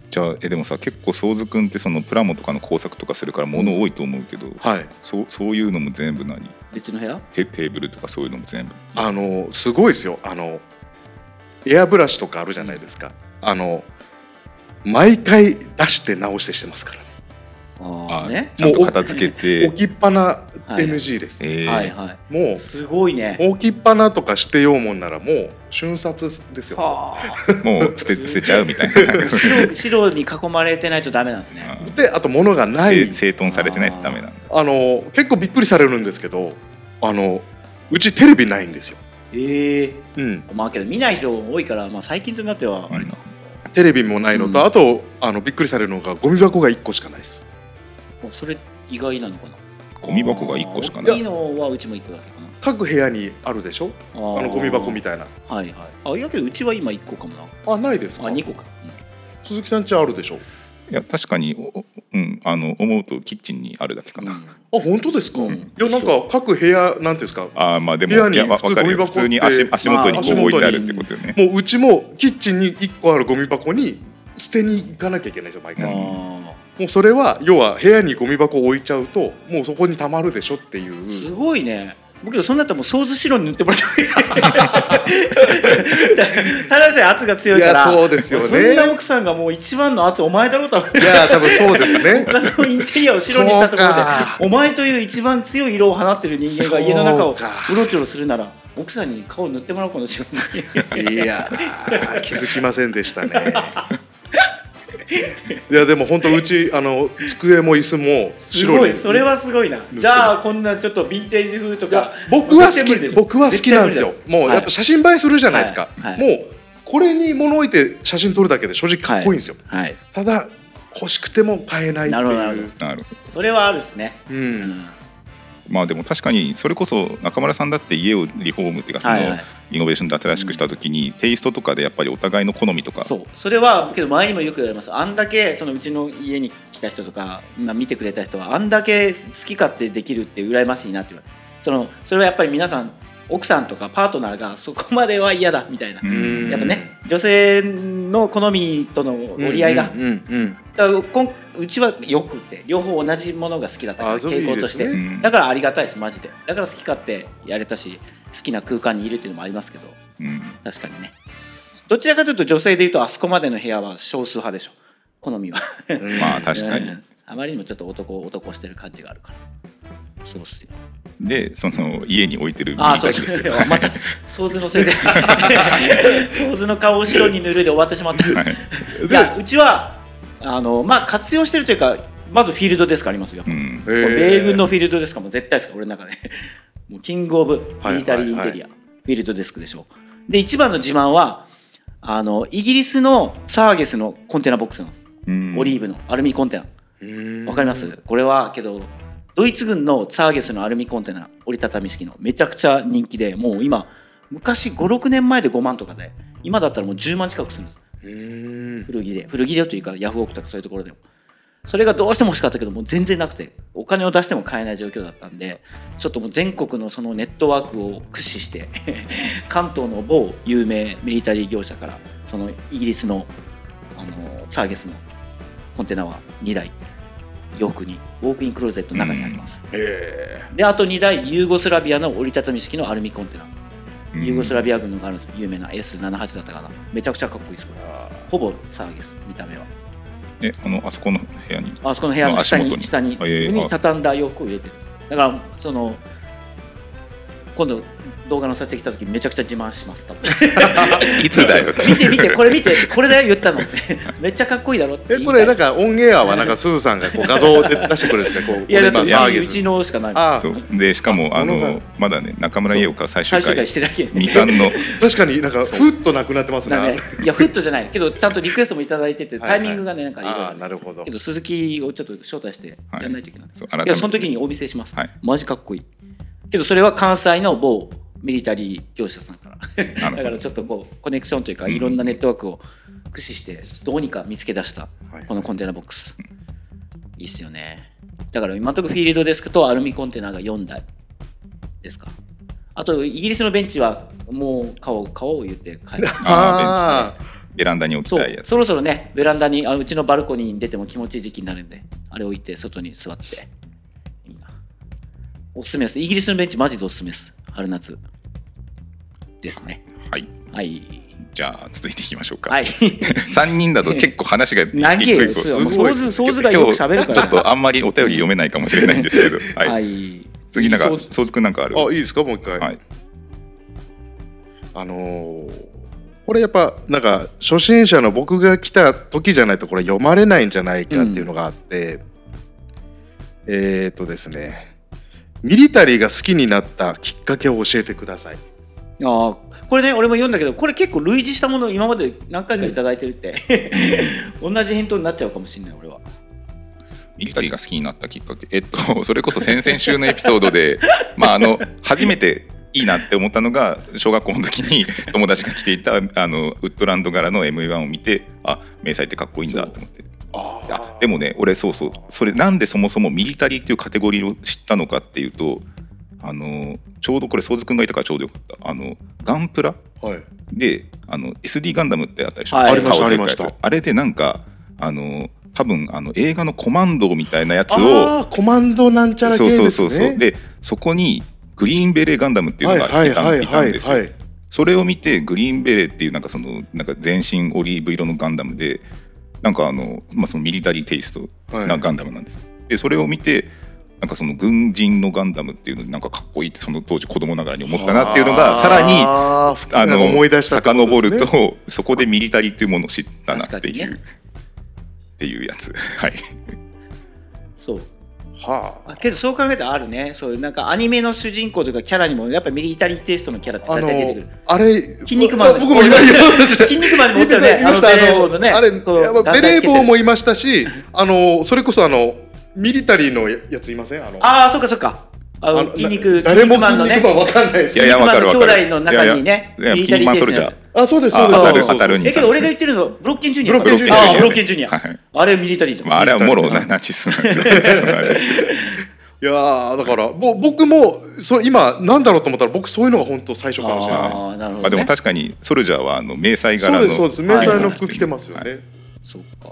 Speaker 3: じゃあえでもさ結構相図君ってそのプラモとかの工作とかするから物多いと思うけど、
Speaker 5: はい
Speaker 3: そうそういうのも全部何
Speaker 4: 別の部屋
Speaker 3: テテーブルとかそういうのも全部
Speaker 5: あのすごいですよあのエアブラシとかあるじゃないですかあの毎回出して直してしてますからね
Speaker 4: あ
Speaker 3: あ
Speaker 4: あね
Speaker 3: ちゃんと片付けて
Speaker 5: 置きっぱな NG です、
Speaker 3: えー
Speaker 4: はいはい
Speaker 5: も
Speaker 4: すごいね
Speaker 5: う置きっぱなとかしてようもんならもう瞬殺ですよ
Speaker 4: はあ
Speaker 3: もう捨て捨てちゃうみたい ななんか
Speaker 4: 白白に囲まれてないとダメなんですね
Speaker 5: であと物がない
Speaker 3: 整整頓されてないとダメなんだ
Speaker 5: あの結構びっくりされるんですけどあのうちテレビないんですよ、
Speaker 4: ええ
Speaker 5: うん、
Speaker 4: まあけど見ない人多いから、まあ、最近となっては、
Speaker 3: あれな
Speaker 5: テレビもないのと、
Speaker 4: うん
Speaker 5: あとあのびっくりされるのがゴミ箱が1個しかないです
Speaker 4: それ意外なのかな
Speaker 3: ゴミ箱が1個しか
Speaker 4: あ
Speaker 3: な
Speaker 4: ー大きい
Speaker 3: い
Speaker 4: のはうちも1個だけかな
Speaker 5: 各部屋にあるでしょ
Speaker 4: あ
Speaker 5: あのゴミ箱み
Speaker 4: た
Speaker 5: たいな
Speaker 4: はいはいあいやけどうちは今1個かもな
Speaker 5: あないですか
Speaker 4: あ2個か、
Speaker 5: 鈴木さんちあるでしょ
Speaker 3: いや確かにおおうんあの思うとキッチンにあるだけか
Speaker 4: うん
Speaker 3: な、
Speaker 5: あ本当ですか、
Speaker 4: うん
Speaker 5: いやなんか各部屋なんていうんですか
Speaker 3: あーまあでも
Speaker 5: 部屋に
Speaker 3: いやわ
Speaker 5: 普通
Speaker 3: わかる
Speaker 5: ゴミ
Speaker 3: よ
Speaker 5: 箱
Speaker 3: 普
Speaker 5: って
Speaker 3: 通に足足元にこう
Speaker 5: まあ
Speaker 3: 置いてあるってことよね、
Speaker 5: もううちもキッチンに1個あるゴミ箱に捨てに行かなきゃいけないんですよ毎
Speaker 4: あ
Speaker 5: 回、
Speaker 3: うん
Speaker 4: ー
Speaker 5: もうそれは要は部屋にゴミ箱を置いちゃうともうそこにたまるでしょっていう
Speaker 4: すごいね僕けどそんなったらもうソーズ白に塗ってもらってもい いただし圧が強いから
Speaker 5: いやそうですよね
Speaker 4: そんな奥さんがもう一番の圧お前だろうとは
Speaker 5: いや多分そうですね
Speaker 4: 体のインテリアを白にしたとこ
Speaker 5: そうか
Speaker 4: ろでお前という一番強い色を放ってる人間が家の中を
Speaker 5: そうか
Speaker 4: うろちょろするなら奥さんに顔塗ってもらおうかもしれない
Speaker 5: いやー気づきませんでしたね。いやでも本当うちあの机も椅子も
Speaker 4: す
Speaker 5: 白
Speaker 4: ご
Speaker 5: に
Speaker 4: いそれはすごいな
Speaker 5: る
Speaker 4: じゃあこんなちょっとヴィンテージ風と
Speaker 5: いや
Speaker 4: か
Speaker 5: 僕は好
Speaker 4: 絶対無理で
Speaker 5: き
Speaker 4: しょ
Speaker 5: 僕は好きなんですよ
Speaker 4: 絶対無理だ
Speaker 5: もうやっぱ写真映えするじゃないですか、
Speaker 4: はいはい
Speaker 5: もうこれに物置いて写真撮るだけで正直かっこいいんですよ、
Speaker 4: はい
Speaker 5: ただ欲しくても買えないってい
Speaker 4: なるほどなる
Speaker 5: う
Speaker 4: ほ
Speaker 3: なるほど
Speaker 4: それはあるですね
Speaker 5: う
Speaker 4: うんん
Speaker 3: まあでも確かにそれこそ中村さんだって家をリフォームっていうかその
Speaker 4: はいはい
Speaker 3: リノベーションで新しくした時にテイストとかでやっぱりお互いの好みとか
Speaker 4: そうそれはけど前にもよく言われますあんだけそのうちの家に来た人とか、まあ、見てくれた人はあんだけ好き勝手できるって羨ましいなって言われるそのそれはやっぱり皆さん奥さんとかパートナーがそこまでは嫌だみたいな、
Speaker 3: うん
Speaker 4: やっぱね女性の好みとの折り合いが、
Speaker 5: うんうんうん
Speaker 4: だからこんうちはよくて両方同じものが好きだったから
Speaker 5: あそれいい
Speaker 4: 傾向として
Speaker 5: ですね
Speaker 3: うん
Speaker 4: だからありがたいですマジでだから好き勝手やれたし好きな空間にいるっていうのもありますけど
Speaker 3: うん
Speaker 4: 確かにねどちらかというと女性でいうとあそこまでの部屋は少数派でしょ好みは
Speaker 5: うん
Speaker 3: まあ確かに
Speaker 4: うんあまりにもちょっと男男してる感じがあるからそうっすよ
Speaker 3: でその家に置いてる
Speaker 4: ああ
Speaker 3: ミニバ
Speaker 4: そうで
Speaker 3: ッグです
Speaker 4: す
Speaker 3: よ
Speaker 4: よまた想像のせ いで想像の顔を白に塗るで終わってしま った
Speaker 3: はい
Speaker 4: いやうちはあの、まあ、活用してるというかまずフィールドデスクありますよ、
Speaker 3: う
Speaker 4: も
Speaker 3: ん
Speaker 5: え
Speaker 4: う
Speaker 5: ー
Speaker 4: 米軍のフィールドデスクはもう絶対ですから俺の中で もうキングオブミリタリーインテリア、フィールドデスクでしょで一番の自慢はあのイギリスのサーゲスのコンテナボックスなんです、
Speaker 3: うん
Speaker 4: オリーブのアルミコンテナ
Speaker 5: うん
Speaker 4: わかりますこれはけどドイツ軍のサーゲスのアルミコンテナ折りたたみ式のめちゃくちゃ人気でもう今昔56年前で5万とかで今だったらもう10万近くするんです
Speaker 5: うん
Speaker 4: 古着で古着でというかヤフオクとかそういうところでもそれがどうしても欲しかったけどもう全然なくてお金を出しても買えない状況だったんでちょっともう全国のそのネットワークを駆使して 関東の某有名ミリタリー業者からそのイギリスのあのサーゲスのコンテナは2台洋服にウォークインクローゼットの中にあります、
Speaker 5: え
Speaker 4: であと2台ユーゴスラビアの折りたたみ式のアルミコンテナ
Speaker 3: うん
Speaker 4: ユーゴスラビア軍のがあるんです有名な S78 だったかなめちゃくちゃかっこいいですこれほぼサーゲス見た目は
Speaker 3: えあのあそこの部屋に
Speaker 4: あそこの部屋の下
Speaker 3: まあ足元
Speaker 4: に
Speaker 3: に
Speaker 4: 下に
Speaker 3: あいえいえ
Speaker 4: に
Speaker 3: あ
Speaker 4: 畳んだ洋服を入れてるだからその今度動画の撮影来た時めちゃくちゃ自慢します多分
Speaker 3: いつだよ
Speaker 4: 見て見てこれ見てこれだよ言ったの めっちゃかっこいいだろって
Speaker 5: え
Speaker 4: 言い
Speaker 5: こ
Speaker 4: たい
Speaker 5: れなんかオンエアはなんかすずさんがこう画像で出してくれるんですかこう
Speaker 4: いやだ
Speaker 5: こ
Speaker 4: っ
Speaker 5: れ
Speaker 4: て
Speaker 5: 今サー
Speaker 4: うち
Speaker 5: ゲ
Speaker 4: う
Speaker 5: ス
Speaker 4: ちのしかない
Speaker 5: あ
Speaker 3: そうでしかもあ
Speaker 5: あの
Speaker 3: のまだね中村家を買う最終
Speaker 4: 最終
Speaker 3: 回
Speaker 4: 回してないけど
Speaker 3: 未完の
Speaker 5: 確かになんかふっとなくなってますね
Speaker 4: なんかねいやフットじゃないけどちゃんとリクエストもいただいてて
Speaker 5: はいは
Speaker 4: タ
Speaker 5: い
Speaker 4: イミングがねなんかいろいろ
Speaker 5: あーなるほど
Speaker 4: けど鈴木をちょっと招待してやらないといけない、
Speaker 3: そう改め
Speaker 4: い
Speaker 3: て
Speaker 4: やその時にお見せします、
Speaker 3: はい
Speaker 4: マジかっこいいけどそれは関西の某ミリタリー業者さんから
Speaker 3: ほど
Speaker 4: だからちょっとこうコネクションというか
Speaker 3: うん
Speaker 4: いろんなネットワークを駆使してどうにか見つけ出した
Speaker 5: はい
Speaker 4: このコンテナボックスいいっすよねだから今のところフィールドデスクとアルミコンテナが4台ですかあとイギリスのベンチはもう買おう買おう言って買えた
Speaker 5: ああ
Speaker 3: ベランダに置き
Speaker 4: そ
Speaker 3: た
Speaker 4: う
Speaker 3: いやつ
Speaker 4: そろそろねベランダにあうちのバルコニーに出ても気持ちいい時期になるんであれ置いて外に座っていいなおすすめですイギリスのベンチマジでおすすめです春夏ですね。
Speaker 3: はい
Speaker 4: はい。
Speaker 3: じゃあ続いていきましょうか、
Speaker 4: はい。
Speaker 3: 三人だと結構話が
Speaker 4: 長えよそう
Speaker 3: ごい
Speaker 4: ソーズソーズがよく喋るから
Speaker 3: 今日ちょっとあんまりお便り読めないかもしれないん ですけど、はい
Speaker 4: はい。
Speaker 3: 次なんか
Speaker 4: そう
Speaker 3: ソーズくんなんかある
Speaker 5: あいいですかもう一回、
Speaker 3: はい
Speaker 5: あのーこれやっぱなんか初心者の僕が来た時じゃないとこれ読まれないんじゃないかっていうのがあって、えー、っとですねミリタリーが好きになったきっかけを教えてください。
Speaker 4: ああこれね俺も読んだけどこれ結構類似したものを今まで何回もいただいてるって 同じ返答になっちゃうかもしれない俺は
Speaker 3: ミリタリーが好きになったきっかけえっとそれこそ先々週のエピソードで まああの初めていいなって思ったのが小学校の時に 友達が着ていたあのウッドランド柄の ME1 を見てあ迷彩ってかっこいいんだと思ってあでもね俺そうそうそれなんでそもそもミリタリーっていうカテゴリーを知ったのかっていうとあのちょうどこれソーズくんがいたからちょうどよかったあのガンプラ
Speaker 5: はい、
Speaker 3: であの SD ガンダムってあったでしょ、
Speaker 4: はい
Speaker 3: あれ顔
Speaker 5: あり
Speaker 3: でっ
Speaker 5: ま
Speaker 3: か
Speaker 5: し
Speaker 3: い
Speaker 5: た
Speaker 3: や
Speaker 5: あ
Speaker 3: つ
Speaker 5: りま
Speaker 3: あれでなんかあの多分あの映画のコマンドみたいなやつを
Speaker 5: あーコマンドなんちゃら系
Speaker 3: そう
Speaker 5: です
Speaker 3: そう
Speaker 5: ね。
Speaker 3: そうそうでそこにグリーンベレーガンダムっていう
Speaker 5: はい
Speaker 3: のが
Speaker 5: はい
Speaker 3: いた,、
Speaker 5: はい
Speaker 3: いた
Speaker 5: は
Speaker 3: ん
Speaker 5: い
Speaker 3: です
Speaker 5: は
Speaker 3: よ、
Speaker 5: い。
Speaker 3: それを見てグリーンベレーっていうなんかそのなんか全身オリーブ色のガンダムでなんかあの、まあ、そのミリタリーテイスト
Speaker 5: はい
Speaker 3: なガンダムなんですよ、でそれを見てなんかその軍人のガンダムっていうのになんかかっこいいってその当時子供ながらに思ったなっていうのがさらに
Speaker 5: あー
Speaker 3: あの
Speaker 5: 思い出したってことですね
Speaker 3: 遡るとそこでミリタリーっていうものを知ったなって
Speaker 4: 確
Speaker 3: い
Speaker 4: か
Speaker 3: う、
Speaker 4: に
Speaker 3: っていうやつはい
Speaker 4: そう
Speaker 5: はあ
Speaker 4: あけどそう考えたらあるねそういうなんかアニメの主人公とかキャラにもやっぱミリタリーテイストのキャラって
Speaker 5: あ
Speaker 4: 大
Speaker 5: の
Speaker 4: 体出てくる
Speaker 5: あれ
Speaker 4: 筋肉マン
Speaker 5: 僕 も今言おうとした
Speaker 4: 筋肉マンにもおったよね
Speaker 5: 言いました
Speaker 4: あのベレー帽
Speaker 5: あ
Speaker 4: のね
Speaker 5: のあれ
Speaker 4: こう
Speaker 5: やっぱ
Speaker 4: ガン
Speaker 5: ベ
Speaker 4: ダム
Speaker 5: レー
Speaker 4: つけてる
Speaker 5: 帽もいましたしあのそれこそあのミリタリーのやついませんあの
Speaker 4: ああそっかそっかあ
Speaker 5: あ
Speaker 4: の
Speaker 5: の
Speaker 4: 筋肉
Speaker 5: 誰も
Speaker 4: 筋肉マンの
Speaker 5: 筋
Speaker 4: ね
Speaker 5: 肉マンわかんないです
Speaker 3: いやいやわかるわかる
Speaker 4: 筋肉マンの兄弟の中にね
Speaker 3: いやい
Speaker 4: ミ
Speaker 3: や
Speaker 4: リ
Speaker 3: ピ
Speaker 4: タ
Speaker 3: ー
Speaker 4: リー
Speaker 3: マン
Speaker 4: テイ
Speaker 3: ソ
Speaker 4: スト
Speaker 3: ルジ
Speaker 4: の
Speaker 3: ャ
Speaker 4: や
Speaker 3: ー
Speaker 5: あそうですそうです
Speaker 3: あ
Speaker 5: そう
Speaker 3: 当た
Speaker 5: で
Speaker 3: る
Speaker 5: す
Speaker 3: 当たる
Speaker 5: そう
Speaker 3: に
Speaker 5: で
Speaker 4: えけど俺が言ってるのはブロッケンジュニア
Speaker 5: ブロッケンジュニア
Speaker 4: ああブロッケンジュニア、
Speaker 3: はいはい
Speaker 4: あれミリタリーじゃん、
Speaker 3: まあ、あれはもろなナチスなんですけどあれですけど
Speaker 5: すいやーだからぼ僕もそう今なんだろうと思ったら僕そういうのが本当最初かもしれないです
Speaker 4: ああなるほど、ね、
Speaker 3: まあでも確かにソルジャーはあの迷彩
Speaker 5: そ
Speaker 3: 柄
Speaker 5: う
Speaker 3: の
Speaker 5: ですそうです迷彩の服着てますよね
Speaker 4: そっか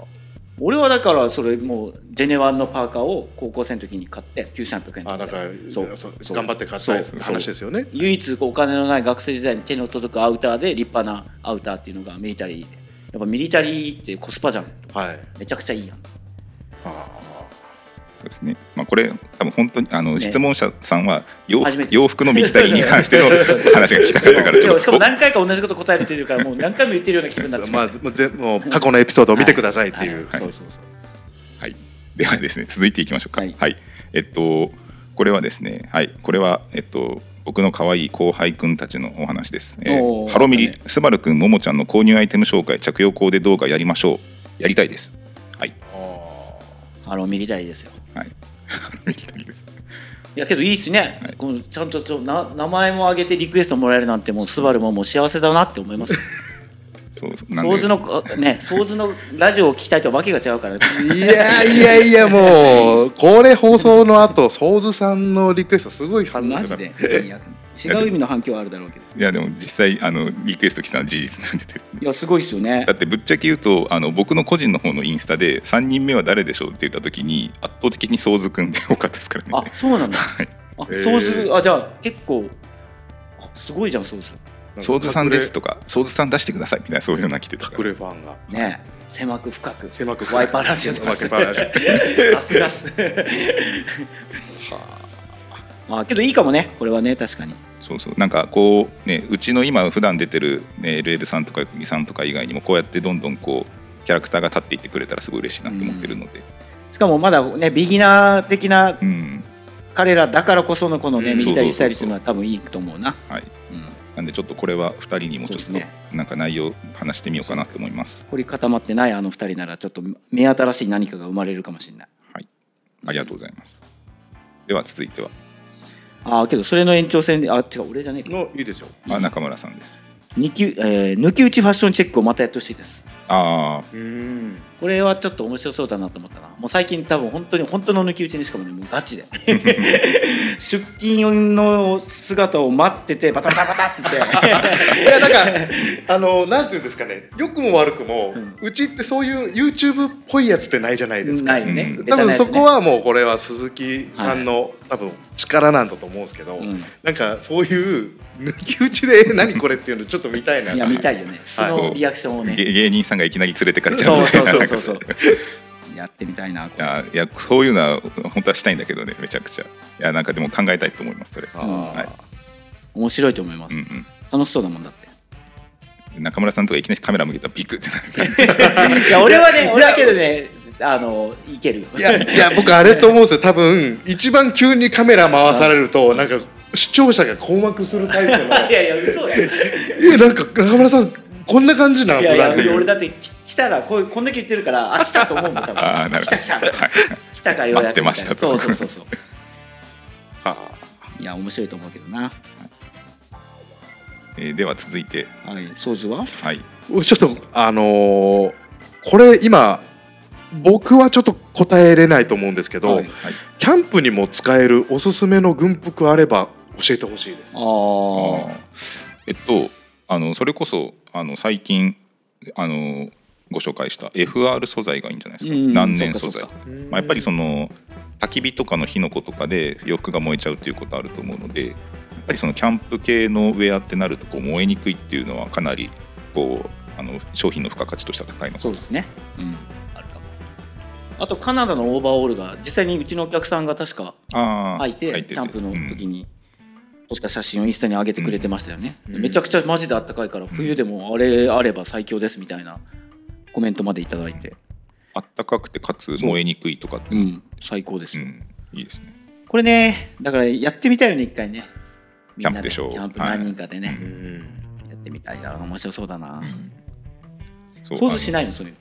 Speaker 4: 俺はだからそれもうジェネワンのパーカーを高校生の時に買って9300円
Speaker 5: あなんか
Speaker 4: そう
Speaker 5: そう
Speaker 4: そう
Speaker 5: 頑張って買った
Speaker 4: そう
Speaker 5: 話ですよね
Speaker 4: 唯一こうお金のない学生時代に手の届くアウターで立派なアウターっていうのがミリタリーでやっぱミリタリーってコスパじゃん
Speaker 5: はい
Speaker 4: めちゃくちゃいいやん
Speaker 3: そうですね。まあこれ多分本当にあの、
Speaker 4: ね
Speaker 3: 質問者さんは洋
Speaker 4: 初め
Speaker 3: 服
Speaker 4: て
Speaker 3: 洋服のミリタリーに関しての話が聞きたかったからち
Speaker 4: で
Speaker 3: ょっ
Speaker 4: も
Speaker 3: と
Speaker 4: しかも何回か同じこと答えるっていうからもう何回も言ってるような気分になっちゃう
Speaker 5: まあずもうぜもう過去のエピソードを見てくださいっていう
Speaker 4: はそうそうそう
Speaker 3: はい、ではですね続いていきましょうか。
Speaker 4: は
Speaker 3: はいい、えっとこれはですねはいこれはえっと僕の可愛い後輩くんたちのお話です。え
Speaker 4: お
Speaker 3: ー、
Speaker 4: ー
Speaker 3: ハロミ
Speaker 4: は
Speaker 3: リ
Speaker 4: い
Speaker 3: スバルくんももちゃんの購入アイテム紹介着用コーデ動画やりましょうやりたいです。はい
Speaker 4: あのミリタリーですよ
Speaker 3: はい。ミリタリーです
Speaker 4: いやけどいいっすね、
Speaker 3: はい
Speaker 4: このちゃんとちょな名前も挙げてリクエストもらえるなんてもうスバルももう幸せだなって思います
Speaker 3: そうそうなん
Speaker 4: ソー
Speaker 3: で
Speaker 4: ズのね、ソーズのラジオを聞きたいとわけが違うから、ね、
Speaker 5: いやいやいやもうこれ放送の後ソーズさんのリクエストすごい反応
Speaker 4: マ
Speaker 5: す
Speaker 4: ジ
Speaker 5: る
Speaker 4: で違う意味の反響はあるだろうけど
Speaker 3: いやでも実際あのリクエスト来たのは事実なんでですね。
Speaker 4: いやすごいですよね
Speaker 3: だってぶっちゃけ言うとあの僕の個人の方のインスタで3人目は誰でしょうって言った時に圧倒的にソーズくんで多かったですから
Speaker 4: あ
Speaker 3: ね
Speaker 4: そうなんだ
Speaker 3: はい
Speaker 4: あ、
Speaker 5: えー
Speaker 4: ソーズあじゃあ結構あすごいじゃんソーズ
Speaker 3: ソーズさんです
Speaker 5: と
Speaker 3: とかソーズさん出してくださいみたいなそういうのが来てたか
Speaker 5: 隠
Speaker 3: ら
Speaker 5: れファンが
Speaker 4: ね狭く深く
Speaker 5: 狭く
Speaker 4: ワ イパーラジオです
Speaker 5: ワイパーラジオ
Speaker 4: さすがっす まあけどいいかもねこれはね確かに
Speaker 3: そうそうなんかこうねうちの今普段出てる、ね、LL さんとか久木さんとか以外にもこうやってどんどんこうキャラクターが立っていってくれたらすごい嬉しいなって思ってるので
Speaker 4: しかもまだねビギナー的な
Speaker 3: うん、
Speaker 4: 彼らだからこそのこのね、
Speaker 5: うん
Speaker 4: ミリタリースタイルっていうのは多分いいと思うな
Speaker 3: はい
Speaker 4: うん
Speaker 3: なんでちょっとこれは2人にもちょっ
Speaker 4: そ
Speaker 3: と
Speaker 4: うです
Speaker 3: なんか内容話してみようかなと思います
Speaker 4: 凝り固まってないあの二人ならちょっと目新しい何かが生まれるかもしれない
Speaker 3: はいありがとうございますでは続いては
Speaker 4: ああけどそれの延長戦であ違う俺じゃねえか
Speaker 5: のいいでしょ
Speaker 3: あ中村さんです
Speaker 4: 抜き,、えー抜き打ちファッションチェックをまたやってほしいです
Speaker 3: ああ
Speaker 5: ううん
Speaker 4: これはちょっと面白そうだなと思ったなもう最近多分本当に本当の抜き打ちにしかもねもうガチで出勤の姿を待っててバタバタバタって 言って
Speaker 5: いやなんかあのなんていうんですかね良くも悪くも、
Speaker 4: うん
Speaker 5: うちってそういう YouTube っぽいやつってないじゃないですか
Speaker 4: ないね、
Speaker 5: 多分そこ
Speaker 4: は、
Speaker 5: はもうこれは鈴木さんの、多分力なんだと思うんですけど、
Speaker 4: うん
Speaker 5: なんかそういう抜き打ちで 何これっていうのちょっと見たいない
Speaker 4: や見たいよね素のリアクションをね、
Speaker 3: げ芸人さんがいきなり連れてかれちゃう
Speaker 4: そう
Speaker 3: みた
Speaker 4: そ
Speaker 3: いうな
Speaker 4: そ
Speaker 3: な
Speaker 4: うんそう
Speaker 3: か
Speaker 4: そ
Speaker 3: そうう
Speaker 4: やってみたいなこ
Speaker 3: い
Speaker 4: れ
Speaker 3: やいやそういうのは本当はしたいんだけどねめちゃくちゃいやなんかでも考えたいと思いますそれ、
Speaker 5: あ
Speaker 3: は
Speaker 5: ー
Speaker 3: はい
Speaker 4: 面白いと思います、
Speaker 3: うん
Speaker 4: 楽しそうだもん だって
Speaker 3: うん、中村さんとかいきなりカメラ向けたらビクってなる
Speaker 4: いや俺は ね俺だけどねあのいけるよ
Speaker 5: いやいや僕あれと思うんですよ多分一番急にカメラ回されるとなんか視聴者が困惑するタイプ の
Speaker 4: いやいや 嘘だよ
Speaker 5: えなんか中村さんこんな感じなん
Speaker 4: いやい
Speaker 5: 普段って
Speaker 4: や
Speaker 5: いう
Speaker 4: 俺だってき来たらこうこんだけ言ってるからあ来たと思うもん多分
Speaker 3: あーなる
Speaker 4: 来
Speaker 3: ほ
Speaker 4: た
Speaker 3: ど
Speaker 4: 来た
Speaker 3: はい
Speaker 4: 来たかようやく
Speaker 3: 待って
Speaker 4: みいな
Speaker 3: ました
Speaker 4: そ
Speaker 3: と
Speaker 4: うそうそ うそう
Speaker 5: あ
Speaker 4: いや面白いと思うけどな
Speaker 3: えーでは続いて
Speaker 4: はいソーズは
Speaker 3: はい
Speaker 5: ーちょっとあのーこれ今僕はちょっと答えれないと思うんですけど、
Speaker 4: は
Speaker 3: は
Speaker 4: い
Speaker 3: い
Speaker 5: キャンプにも使えるおすすめの軍服あれば教えてほしいです。
Speaker 4: あ
Speaker 3: えっとあのそれこそあの最近あのご紹介した FR 素材がいいんじゃないですか、
Speaker 4: うん
Speaker 3: 難燃素
Speaker 4: そ
Speaker 3: 材
Speaker 4: うか、
Speaker 3: まあ、やっぱりその焚き火とかの火の粉とかで洋服が燃えちゃうっていうことあると思うのでやっぱりそのキャンプ系のウェアってなるとこう燃えにくいっていうのはかなりこうあの商品の付加価値としては高いの
Speaker 4: そうですねうんあるかもあとカナダのオーバーオールが実際にうちのお客さんが確か
Speaker 3: あー
Speaker 4: 履いてキャンプの時に撮った写真をインスタに上げてくれてましたよね、
Speaker 5: うん
Speaker 4: めちゃくちゃマジであったかいから冬でもあれあれば最強ですみたいなコメントまでいただいて
Speaker 3: あったかくてかつ燃えにくいとかって
Speaker 4: う
Speaker 3: うん
Speaker 4: 最高です、
Speaker 3: んいいですね
Speaker 4: これねだからやってみたいよね一回ねみんな
Speaker 3: キャンプでしょう
Speaker 4: キャンプ
Speaker 3: はい
Speaker 4: 何人かでね、
Speaker 5: うん
Speaker 4: やってみたいな面白そうだな、
Speaker 3: そう
Speaker 4: 想像しないのそういう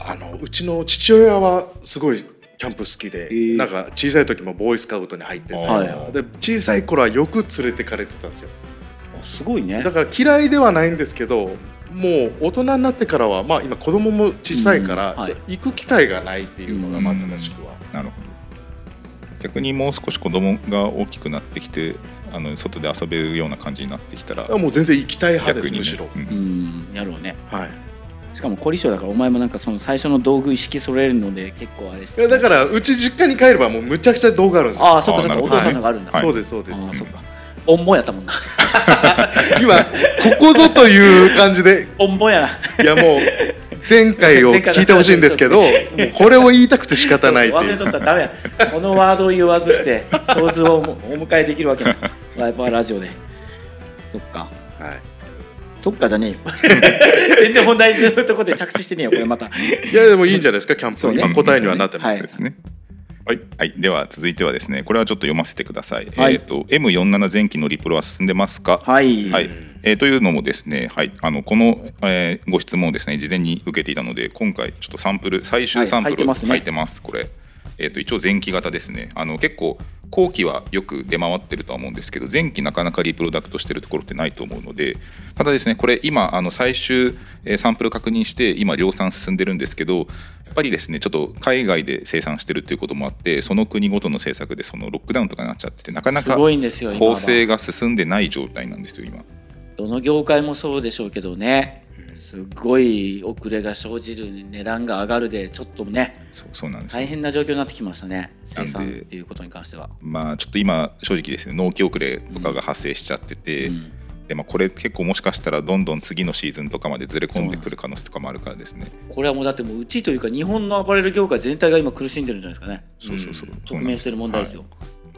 Speaker 5: あのうちの父親はすごいキャンプ好きで、
Speaker 4: ー
Speaker 5: なんか小さい時もボーイスカウトに入ってて、
Speaker 3: あ
Speaker 4: はい
Speaker 3: ー
Speaker 5: で小さい頃はよく連れてかれてたんですよ
Speaker 4: のあすごいね
Speaker 5: だから嫌いではないんですけどもう大人になってからはまあ今子供も小さいから、
Speaker 4: うんはい
Speaker 5: 行く機会がないっていうのがまあ
Speaker 3: うん
Speaker 5: 正しくは、
Speaker 3: なるほど逆にもう少し子供が大きくなってきてあの外で遊べるような感じになってきたら
Speaker 5: だからもう全然行きたい派で
Speaker 3: 逆
Speaker 5: す、
Speaker 3: に、ね、
Speaker 5: むしろ、
Speaker 3: うん
Speaker 4: うんやろうね
Speaker 5: はい
Speaker 4: しかも凝り性だからお前もなんかその最初の道具意識揃えるので結構あれし
Speaker 5: い
Speaker 4: て
Speaker 5: やだからうち実家に帰ればもうむちゃくちゃ動画あるんですよ
Speaker 4: ああそっかそっ
Speaker 3: あーなるほ
Speaker 4: かお
Speaker 5: ど
Speaker 4: 父さんのがあるんだ、
Speaker 3: はい
Speaker 5: そうですそうで
Speaker 4: あ
Speaker 5: す、
Speaker 4: あそっかおんぼんやったもんな
Speaker 5: 今ここぞという感じで
Speaker 4: おんぼんやない
Speaker 5: やもう前回を聞いてほしいんですけどもうこれを言いたくて仕方ないって
Speaker 4: 忘
Speaker 5: い
Speaker 4: れと
Speaker 5: う
Speaker 4: ったらダメやこのワードを言わずして想像をお迎えできるわけないワイパーラジオでそっか
Speaker 5: はい
Speaker 4: そっかじゃねえよ全然本題のとこで着地してねえよこれまた
Speaker 5: いやでもいいんじゃないですかキャンプ
Speaker 4: そう
Speaker 5: の
Speaker 4: ね
Speaker 5: 今答えにはなってます、
Speaker 3: そう
Speaker 4: はい
Speaker 3: ですねはい、はい、では続いてはですねこれはちょっと読ませてください、
Speaker 4: はい
Speaker 3: えっ、と M47 前期のリプロは進んでますか
Speaker 4: はい、
Speaker 3: はいえーというのもですね、はい、あのこの、えーご質問をですね事前に受けていたので今回ちょっとサンプル最終サンプ
Speaker 4: はい入って
Speaker 3: ル
Speaker 4: ま
Speaker 3: を
Speaker 4: すね
Speaker 3: 書いてます,、これ、えー、と一応前期型ですねあの結構後期はよく出回ってるとは思うんですけど前期なかなかリプロダクトしてるところってないと思うのでただですねこれ今あの最終、えーサンプル確認して今量産進んでるんですけどやっぱりですねちょっと海外で生産してるっていうこともあってその国ごとの政策でそのロックダウンとかになっちゃっててなかな
Speaker 4: す
Speaker 3: か
Speaker 4: ごいんですよ今は
Speaker 3: 構成が進んでない状態なんですよ今。
Speaker 4: どの業界もそうでしょうけどねすごい遅れが生じる値段が上がるでちょっとね
Speaker 3: そうそうなんですよ
Speaker 4: 大変な状況になってきましたね生産
Speaker 3: なんで
Speaker 4: っていうことに関しては、
Speaker 3: まあ、ちょっと今正直ですね納期遅れとかが発生しちゃってて、
Speaker 4: うん
Speaker 3: でまあ、これ結構もしかしたらどんどん次のシーズンとかまでずれ込んでくる可能性とかもあるからですね
Speaker 4: これはもうだってもううちというか日本のアパレル業界全体が今苦しんでるんじゃないですかね
Speaker 3: そうそうそうそう
Speaker 4: 直
Speaker 3: なん
Speaker 4: 面
Speaker 3: で
Speaker 4: し
Speaker 3: す
Speaker 4: てる問題ですよ、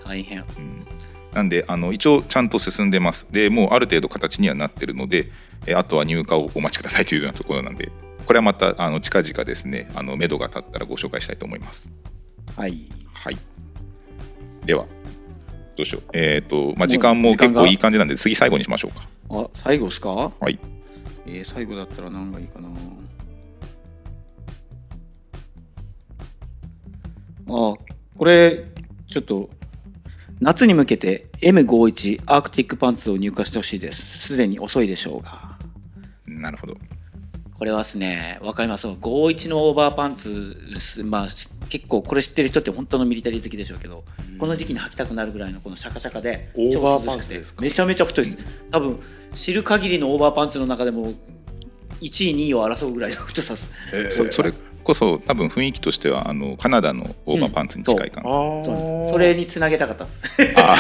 Speaker 4: 大変
Speaker 3: うんなんであの一応ちゃんと進んでますでもうある程度形にはなってるのでえあとは入荷をお待ちくださいというようなところなんでこれはまたあの近々ですねあの目処が立ったらご紹介したいと思います
Speaker 4: はい
Speaker 3: はいではどうしようえっ、と、ま
Speaker 4: も
Speaker 3: あ、
Speaker 4: う
Speaker 3: 時間も
Speaker 4: 時間
Speaker 3: 結
Speaker 4: が
Speaker 3: 構いい感じなんで次最後にしましょうか
Speaker 4: あ最後ですか
Speaker 3: はい
Speaker 4: えー、最後だったら何がいいかなあこれちょっと夏に向けて M51 アークティックパンツを入荷してほしいですすでに遅いでしょうが
Speaker 3: なるほど
Speaker 4: これはですね、わかります。51のオーバーパンツ、すまあ、し結構これ知ってる人って本当のミリタリー好きでしょうけど、この時期に履きたくなるぐらいのこのシャカシャカで、
Speaker 5: オーバー
Speaker 4: 超涼しくて
Speaker 5: パンツですか
Speaker 4: めちゃめちゃ太いです。多分、知る限りのオーバーパンツの中でも、1位、2位を争うぐらいの太さです。
Speaker 5: え
Speaker 3: そそれこそ多分雰囲気としてはあのカナダのオーバーパンツに近い
Speaker 5: あ
Speaker 3: 感じ、
Speaker 5: ー
Speaker 4: そうなんですそれにつなげたかったです。
Speaker 3: あ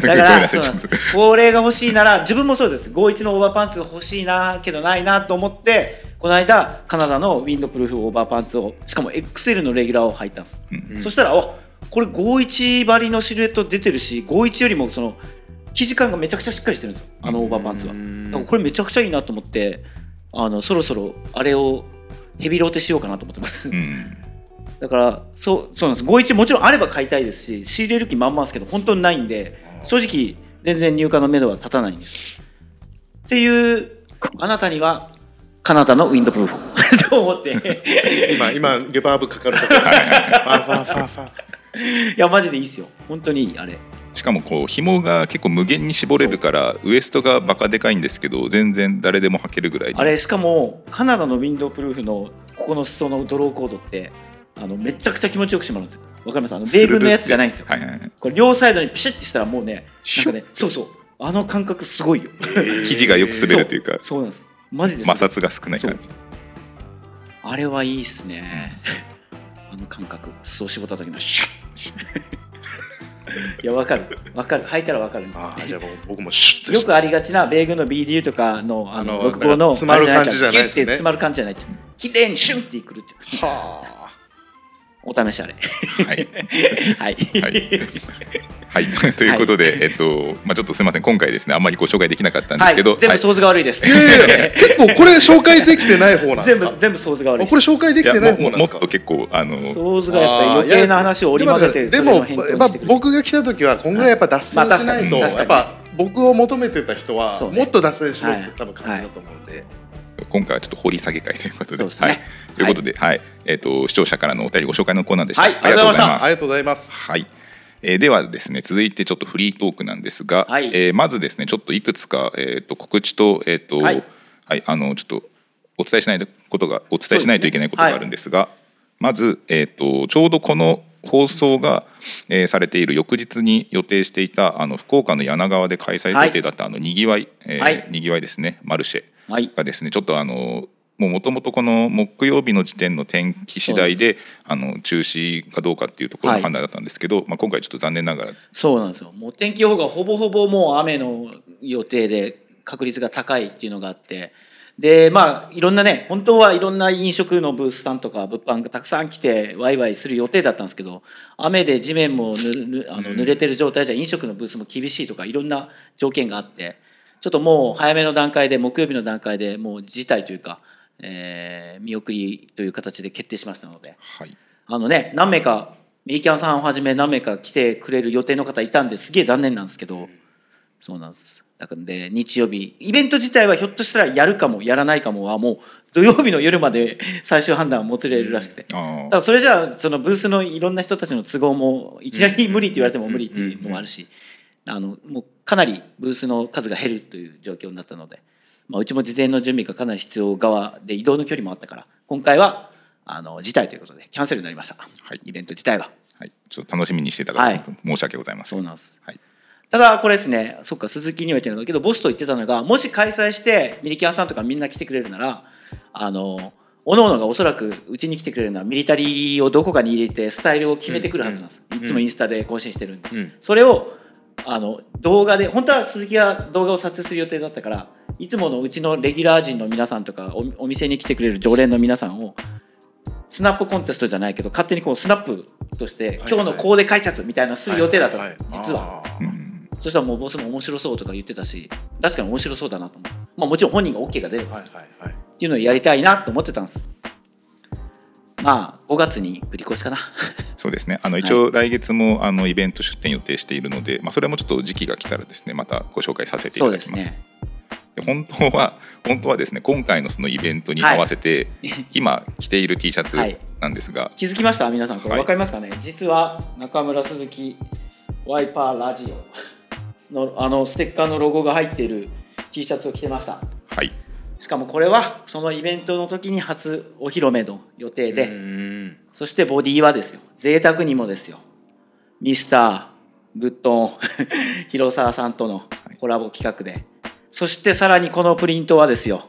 Speaker 3: ー
Speaker 4: だか
Speaker 3: ごめんなさ
Speaker 4: ら、そ
Speaker 3: いうち
Speaker 4: な
Speaker 3: ょ
Speaker 4: ん
Speaker 3: っ
Speaker 4: で
Speaker 3: と
Speaker 4: すこれが欲しいなら、自分もそうです。51のオーバーパンツが欲しいな、けどないなと思って、この間、カナダのウィンドプルーフオーバーパンツを、しかも XL のレギュラーを履いたんです。
Speaker 3: うん
Speaker 5: うん
Speaker 4: そしたら、あこれ51張りのシルエット出てるし、51よりもその、生地感がめちゃくちゃしっかりしてるんですよ、あのオーバーパンツは。だからこれめちゃくちゃいいなと思って、あの、そろそろあれをヘビローテしようかなと思ってます。
Speaker 3: うん
Speaker 4: だからそうそうなんです51もちろんあれば買いたいですし仕入れる気満々ですけど本当にないんで正直全然入荷のめどは立たないんですっていうあなたにはカナダのウィンドプルーフ と思ってい
Speaker 5: 今今レバーブかかるところファンファンファンファン
Speaker 4: やマジでいいっすよ本当にいいあれ
Speaker 3: しかもこう紐が結構無限に絞れるからウエストがバカでかいんですけど全然誰でも履けるぐらいに
Speaker 4: あれしかもカナダのウィンドプルーフのここの裾のドローコードってあのめちゃくちゃ気持ちよく締まるんですよわかりますあの米軍のやつじゃないんですよ、
Speaker 3: はいはいはい
Speaker 4: これ両サイドにピシッてしたらもうねなんかねそうそうあの感覚すごいよ
Speaker 3: 生地がよく滑るというか
Speaker 4: そうなんですマジです
Speaker 3: 摩擦が少ない
Speaker 4: そ
Speaker 3: 感
Speaker 4: う
Speaker 3: じ
Speaker 4: あれはいいっすねあの感覚裾を絞った時のシュ ッいやわかるわかる履いたらわかるよ
Speaker 5: ああじゃあ僕僕もシュッとして
Speaker 4: くありがちな米軍の BDU とかのあ
Speaker 5: あ
Speaker 4: の
Speaker 5: の
Speaker 4: 6号の
Speaker 5: 詰まる感じじゃない
Speaker 4: あれ
Speaker 5: ですね
Speaker 4: キュッて詰まる感じじゃないって綺麗にシュンってくるって
Speaker 5: はあ
Speaker 4: お 試しあれ
Speaker 3: はい
Speaker 4: はい、
Speaker 3: はいはい、 ということで、えっとまあ、ちょっとすみません今回ですねあんまりご紹介できなかったんですけど、
Speaker 4: はい全部
Speaker 3: はい
Speaker 4: 想像が悪いです、
Speaker 5: いやいやいや結構これ紹介できてない方なんで
Speaker 4: 全
Speaker 5: す
Speaker 4: 部
Speaker 5: か
Speaker 4: 全部想像が悪
Speaker 5: あ
Speaker 4: いです
Speaker 5: これ紹介で
Speaker 3: い
Speaker 5: き
Speaker 3: や
Speaker 5: てない方
Speaker 3: も
Speaker 5: なん
Speaker 3: も
Speaker 5: で
Speaker 3: っ
Speaker 5: すか
Speaker 3: と結構あの
Speaker 4: 想像がやっぱり余計な話を織り交ぜて
Speaker 5: で
Speaker 4: それを
Speaker 5: も
Speaker 4: 変更
Speaker 5: やっぱ
Speaker 4: してくれる
Speaker 5: 僕が来た時はこんぐらいやっぱ脱
Speaker 4: まあ
Speaker 5: 線しないと、
Speaker 3: 確
Speaker 4: か
Speaker 5: や
Speaker 4: に
Speaker 5: っぱ僕を求めてた人は
Speaker 4: そうね
Speaker 5: もっと脱線しろっ
Speaker 4: は
Speaker 5: て
Speaker 4: い
Speaker 5: 多分感じだと思うんで、
Speaker 3: 今回はちょっと掘り下げ会ということで
Speaker 4: そうですね
Speaker 3: はい、ということで、はいえっと視聴者からのお便りご紹介のコーナーでした、
Speaker 4: はいありがとうございま
Speaker 5: ありがとうございます
Speaker 3: はい。えーではですね続いてちょっとフリートークなんですが、
Speaker 4: はい
Speaker 3: えーまずですねちょっといくつか、えー、と告知と,、えーと
Speaker 4: はい
Speaker 3: はいあのちょっとお伝えしないことがお伝えしないといけないことがあるんですがまず、えー、とちょうどこの放送が、えーされている翌日に予定していたあの福岡の柳川で開催予定だった、あのにぎわい、えー
Speaker 4: はい
Speaker 3: にぎわいですねマルシェ。
Speaker 4: はい
Speaker 3: がですねちょっとあのもともとこの木曜日の時点の天気次第であの中止かどうかっていうところ
Speaker 4: は
Speaker 3: の
Speaker 4: い
Speaker 3: 判断だったんですけど、まあ、今回ちょっと残念ながら
Speaker 4: そうなんですよ。もう天気予報がほぼほぼもう雨の予定で確率が高いっていうのがあって、で、まあ、いろんなね、本当はいろんな飲食のブースさんとか物販がたくさん来て、ワイワイする予定だったんですけど、雨で地面もぬぬあの濡れてる状態じゃ飲食のブースも厳しいとか、いろんな条件があって、ちょっともう早めの段階で、木曜日の段階でもう辞退というか、えー見送りという形で決定しましたので、
Speaker 3: はい、
Speaker 4: あのね、何名か、ミリキャンさんをはじめ何名か来てくれる予定の方いたんですげえ残念なんですけど、そうなんです。だからで、日曜日、イベント自体はひょっとしたらやるかも、やらないかもはもう土曜日の夜まで最終判断をもつれるらしくて。
Speaker 3: あー
Speaker 4: だからそれじゃあ、そのブースのいろんな人たちの都合も、いきなり無理って言われても無理っていうのもあるし、あの、もうかなりブースの数が減るという状況になったので、まあ、うちも事前の準備がかなり必要側で移動の距離もあったから、今回は、あの、辞退ということで、キャンセルになりました。
Speaker 3: はい
Speaker 4: イベント自体は。
Speaker 3: はい、ちょっと楽しみにしていただいて、
Speaker 4: は
Speaker 3: 申し訳ございませ
Speaker 4: そ
Speaker 3: ん。
Speaker 4: う
Speaker 3: は
Speaker 4: なんです。
Speaker 3: い、
Speaker 4: ただこれですねそっか鈴木には言ってるんだけどボスと言ってたのがもし開催してミリキャンさんとかみんな来てくれるならあの各々がおそらくうちに来てくれるのはミリタリーをどこかに入れてスタイルを決めてくるはずなんです、いつもインスタで更新してるんで、
Speaker 5: うん
Speaker 4: それをあの動画で本当は鈴木が動画を撮影する予定だったからいつものうちのレギュラー陣の皆さんとかおお店に来てくれる常連の皆さんをスナップコンテストじゃないけど勝手にこうスナップとして
Speaker 5: はい
Speaker 4: 今日のコーデ解説みたいなのする予定だったんです、実は。
Speaker 5: あ
Speaker 3: う
Speaker 5: ー
Speaker 3: ん
Speaker 4: そしたらもうボスも面白そうとか言ってたし確かに面白そうだなと思う、まあ、もちろん本人が OK が出れば
Speaker 5: はい
Speaker 4: っ
Speaker 5: はいはい
Speaker 4: ていうのをやりたいなと思ってたんですまあ5月に繰り越しかな
Speaker 3: そうですねあの一応来月もあのイベント出店予定しているので、まあ、それもちょっと時期が来たらですねまたご紹介させてい
Speaker 4: そ
Speaker 3: た
Speaker 4: う
Speaker 3: だ
Speaker 4: で
Speaker 3: き
Speaker 4: す
Speaker 3: ます。
Speaker 4: ね
Speaker 3: で本当は本当はですね今回のそのイベントに合わせて、今着ている T シャツ
Speaker 4: はい
Speaker 3: なんですが、
Speaker 4: 気づきました皆さんこれ
Speaker 3: はい
Speaker 4: 分かりますかね、実は中村鈴木ワイパーラジオのあのステッカーのロゴが入っている T シャツを着てました
Speaker 3: はい
Speaker 4: しかもこれはそのイベントの時に初お披露目の予定で、
Speaker 5: うん
Speaker 4: そしてボディはですよ贅沢にもですよミスターグッドン 広沢さんとのコラボ企画で、そしてさらにこのプリントはですよ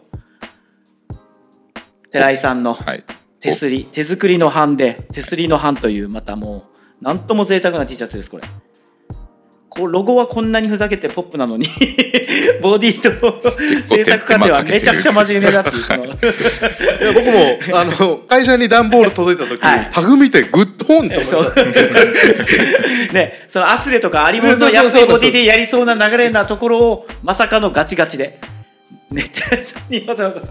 Speaker 4: 寺井さんの
Speaker 3: はい
Speaker 4: 手すり手作りの版で手すりの版というまたもうなんとも贅沢な T シャツですこれこうロゴはこんなにふざけてポップなのに ボディと 制作過程はめちゃくちゃ真面目だっていうその
Speaker 5: いや僕もあの会社に段ボール届いた時、
Speaker 4: はい
Speaker 5: タグ見てグッドオンって思いまし
Speaker 4: そ
Speaker 5: た
Speaker 4: うねそのアスレとかアリモンの安いボディでやりそうな流れなところをまさかのガチガチで。ね、寺井さんにわざわざ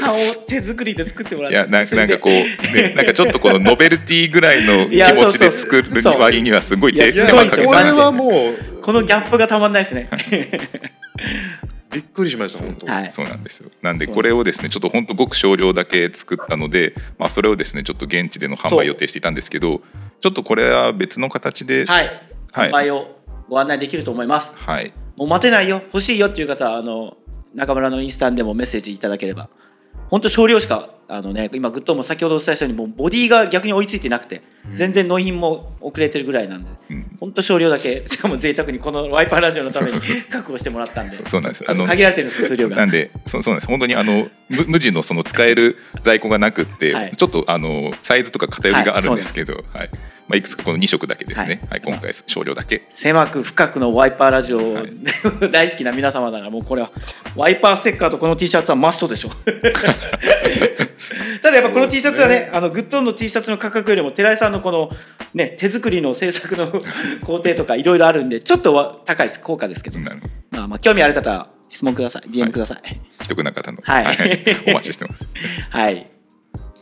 Speaker 4: 版を手作りで作ってもらっ
Speaker 3: い
Speaker 4: て
Speaker 3: やなんかなんかこう、ね、なんかちょっとこのノベルティぐらいの
Speaker 4: いや
Speaker 3: 気持ちで作
Speaker 4: そう
Speaker 3: る
Speaker 4: そう
Speaker 3: 割にはすごい
Speaker 4: いや
Speaker 3: 手
Speaker 5: いや
Speaker 3: 手
Speaker 5: こ
Speaker 3: 間
Speaker 4: すご
Speaker 3: か
Speaker 4: い
Speaker 3: け
Speaker 5: れ
Speaker 3: たん
Speaker 5: は
Speaker 3: で
Speaker 5: もう
Speaker 4: このギャップがたまんないで すね。
Speaker 5: びっくりしました本当、
Speaker 4: はい
Speaker 3: そうなんですよなんでこれをですねちょっと本当ごく少量だけ作ったので、まあ、それをですねちょっと現地での販売予定していたんですけどちょっとこれは別の形で
Speaker 4: はい、
Speaker 3: はい
Speaker 4: 販売をご案内できると思います。
Speaker 3: はい
Speaker 4: もう待てないよ、欲しいよっていう方は、あの中村のインスタンでもメッセージいただければ、本当少量しか、あのね、今、グッドも先ほどお伝えしたように、もうボディが逆に追いついてなくて、全然納品も遅れてるぐらいなんで、
Speaker 3: うん
Speaker 4: 本当少量だけ、しかも贅沢にこのワイパーラジオのため
Speaker 3: そ
Speaker 4: に
Speaker 3: うそう
Speaker 4: 確保してもらったんで
Speaker 3: そう、そうなんです
Speaker 4: あの限られてるんですよ、数量
Speaker 3: な
Speaker 4: が
Speaker 3: ん。でそうそうなんです本当にあの無無地のその使える在庫がなくって、
Speaker 4: はい
Speaker 3: ちょっとあのサイズとか偏りがあるんですけど、はいまあ、いくつかこの2色だけですね、はい今回少量だけ
Speaker 4: 狭く深くのワイパーラジオを、
Speaker 3: はい
Speaker 4: 大好きな皆様ならもうこれはワイパーステッカーとこの T シャツはマスト でしょただやっぱこの T シャツはねあのグッドオンの T シャツの価格よりも寺井さんのこの、ね、手作りの制 作の工程とかいろいろあるんでちょっとは高いです高価ですけど、
Speaker 3: なるほど
Speaker 4: まあ、まあ興味ある方は質問ください
Speaker 3: は
Speaker 4: DM
Speaker 3: い
Speaker 4: ください、
Speaker 3: 既得な方の、
Speaker 4: はい
Speaker 3: お待ちしてます。
Speaker 4: はい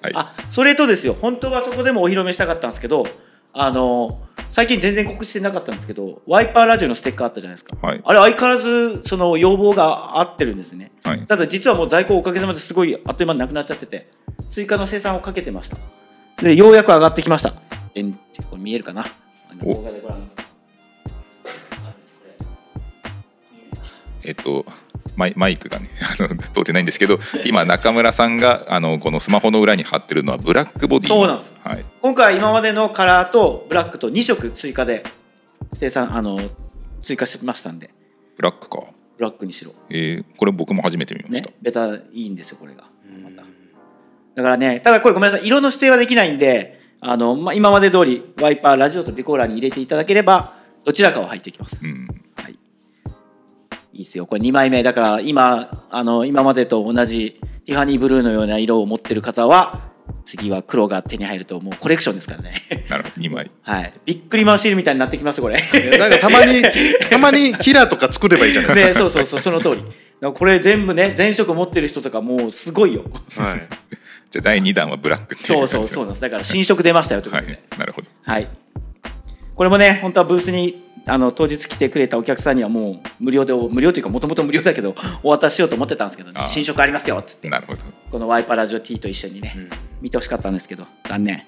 Speaker 3: はい、
Speaker 4: あそれとですよ本当はそこでもお披露目したかったんですけどあの最近全然告知してなかったんですけどワイパーラジオのステッカーあったじゃないですか、
Speaker 3: はい
Speaker 4: あれ相変わらずその要望が合ってるんですね
Speaker 3: はい、
Speaker 4: ただ実はもう在庫おかげさまですごいあっという間になくなっちゃってて追加の生産をかけてましたでようやく上がってきましたえんこれ見えるかなあの
Speaker 3: お
Speaker 4: 動画でご覧の
Speaker 3: えっとマイマイクがね あの通ってないんですけど今中村さんがあのこのスマホの裏に貼ってるのはブラックボディ
Speaker 4: そうなんです
Speaker 3: はい
Speaker 4: 今回今までのカラーとブラックと2色追加で生産あの追加してましたんで
Speaker 3: ブラックか、
Speaker 4: ブラックにしろ
Speaker 3: えーこれ僕も初めて見まし
Speaker 4: ね
Speaker 3: た、
Speaker 4: ベタいいんですよこれがまただからねただこれごめんなさい色の指定はできないんであの、まあ、今まで通りワイパーラジオとビコーラに入れていただければどちらかは入ってきます
Speaker 3: うん
Speaker 4: はいいいですよこれ2枚目だから今あの今までと同じティファニーブルーのような色を持ってる方は次は黒が手に入るともうコレクションですからね
Speaker 3: なるほど2枚
Speaker 4: はいびっくりマンシールみたいになってきます これ
Speaker 5: いやなんかたまにたまにキラーとか作ればいいじゃないで
Speaker 4: ねそうそうそうその通りだからこれ全部ね全色持ってる人とかもうすご いよ
Speaker 5: すか、はい、
Speaker 3: じゃあ第2弾はブラックっていう感
Speaker 4: そう
Speaker 3: じ
Speaker 4: そうそうなんです。だから新色出ましたよというこ
Speaker 3: は
Speaker 4: とで。
Speaker 3: いなるほど
Speaker 4: はい。これもね、本当はブースにあの当日来てくれたお客さんにはもう無料で無料というかもともと無料だけどお渡ししようと思ってたんですけどね、
Speaker 3: ああ
Speaker 4: 新色ありますよっつって
Speaker 3: なるほど
Speaker 4: このワイパーラジオ T と一緒にね、見てほしかったんですけど残念。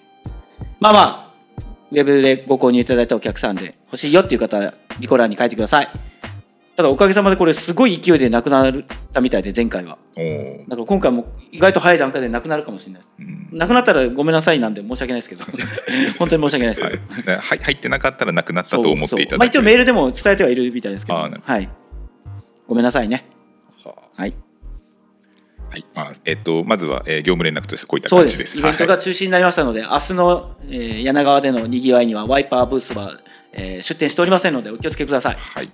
Speaker 4: まあまあウェブでご購入いただいたお客さんで欲しいよっていう方はリコ欄に書いてください。ただおかげさまでこれすごい勢いでなくなったみたいで前回は。
Speaker 3: おお、
Speaker 4: だから今回も意外と早い段階でなくなるかもしれないです。
Speaker 3: うん
Speaker 4: なくなったらごめんなさいなんで申し訳ないです けど本当に申し訳ないですけど、
Speaker 3: はい、入入ってなかったらなくなったと思っていた
Speaker 4: まあ、
Speaker 3: だける
Speaker 4: 一応メールでも伝えてはいるみたいですけど
Speaker 3: あーなる
Speaker 4: はいごめんなさいねはい
Speaker 3: はいまあえっと、まずは、えー業務連絡としてこういった
Speaker 4: そう
Speaker 3: 感
Speaker 4: で
Speaker 3: じですす。
Speaker 4: イベントが中止になりましたので、明日の、えー柳川でのにぎわいにはワイパーブースは、えー出店しておりませんのでお気をつけください
Speaker 3: はい、はい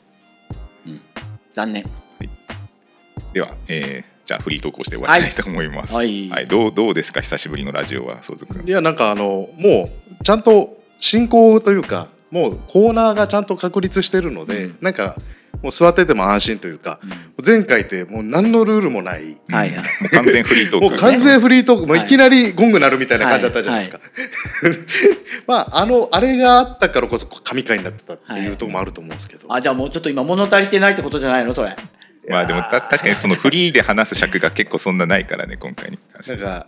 Speaker 4: 残念
Speaker 3: では、えーじゃあフリー投稿して終わりたいと思います。
Speaker 4: はい
Speaker 3: どうどうですか久しぶりのラジオはそうずくん。
Speaker 5: いやなんかあのもうちゃんと進行というかもうコーナーがちゃんと確立してるので、なんかもう座ってても安心というか、前回ってもう何のルールもない
Speaker 4: はいはい
Speaker 3: もう完全フリートー
Speaker 5: も
Speaker 3: ク。
Speaker 5: う完全フリートーク、もう
Speaker 4: はい
Speaker 5: いきなりゴング鳴るみたいな感じだったじゃないですか。 まああのあれがあったからこそ神回になってたっていうところもあると思うんですけど。
Speaker 4: あじゃあもうちょっと今物足りてないってことじゃないのそれ
Speaker 3: まあでもた確かにそのフリーで話す尺が結構そんなないからね今回に関して
Speaker 5: なん
Speaker 3: は。
Speaker 5: か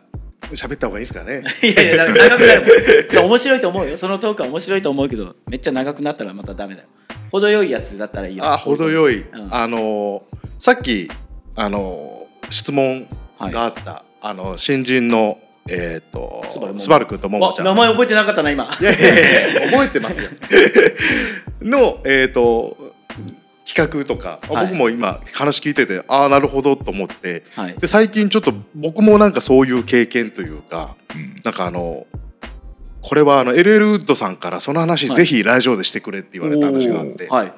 Speaker 5: 喋った方がいいですかね。
Speaker 4: いやいやだから長くなるもんじゃあ面白いと思うよそのトークは面白いと思うけどめっちゃ長くなったらまたダメだよ程よいやつだったらいいよ
Speaker 5: あ程よい、
Speaker 4: うん
Speaker 5: あのーさっきあのー質問があった、あの新人のえっ、
Speaker 4: ス
Speaker 5: と
Speaker 4: バルも
Speaker 5: スバル君ともも
Speaker 4: あ
Speaker 5: ちゃん
Speaker 4: 名前覚えてなかったな今
Speaker 5: いやいやいや 覚えてますよのえっ、と企画とか、
Speaker 4: はい
Speaker 5: 僕も今話聞いててああなるほどと思って
Speaker 4: はい
Speaker 5: で最近ちょっと僕もなんかそういう経験というかなんかあのこれはあの LL ウッドさんからその話
Speaker 4: はい
Speaker 5: ぜひラジオでしてくれって言われた話があって、
Speaker 4: はい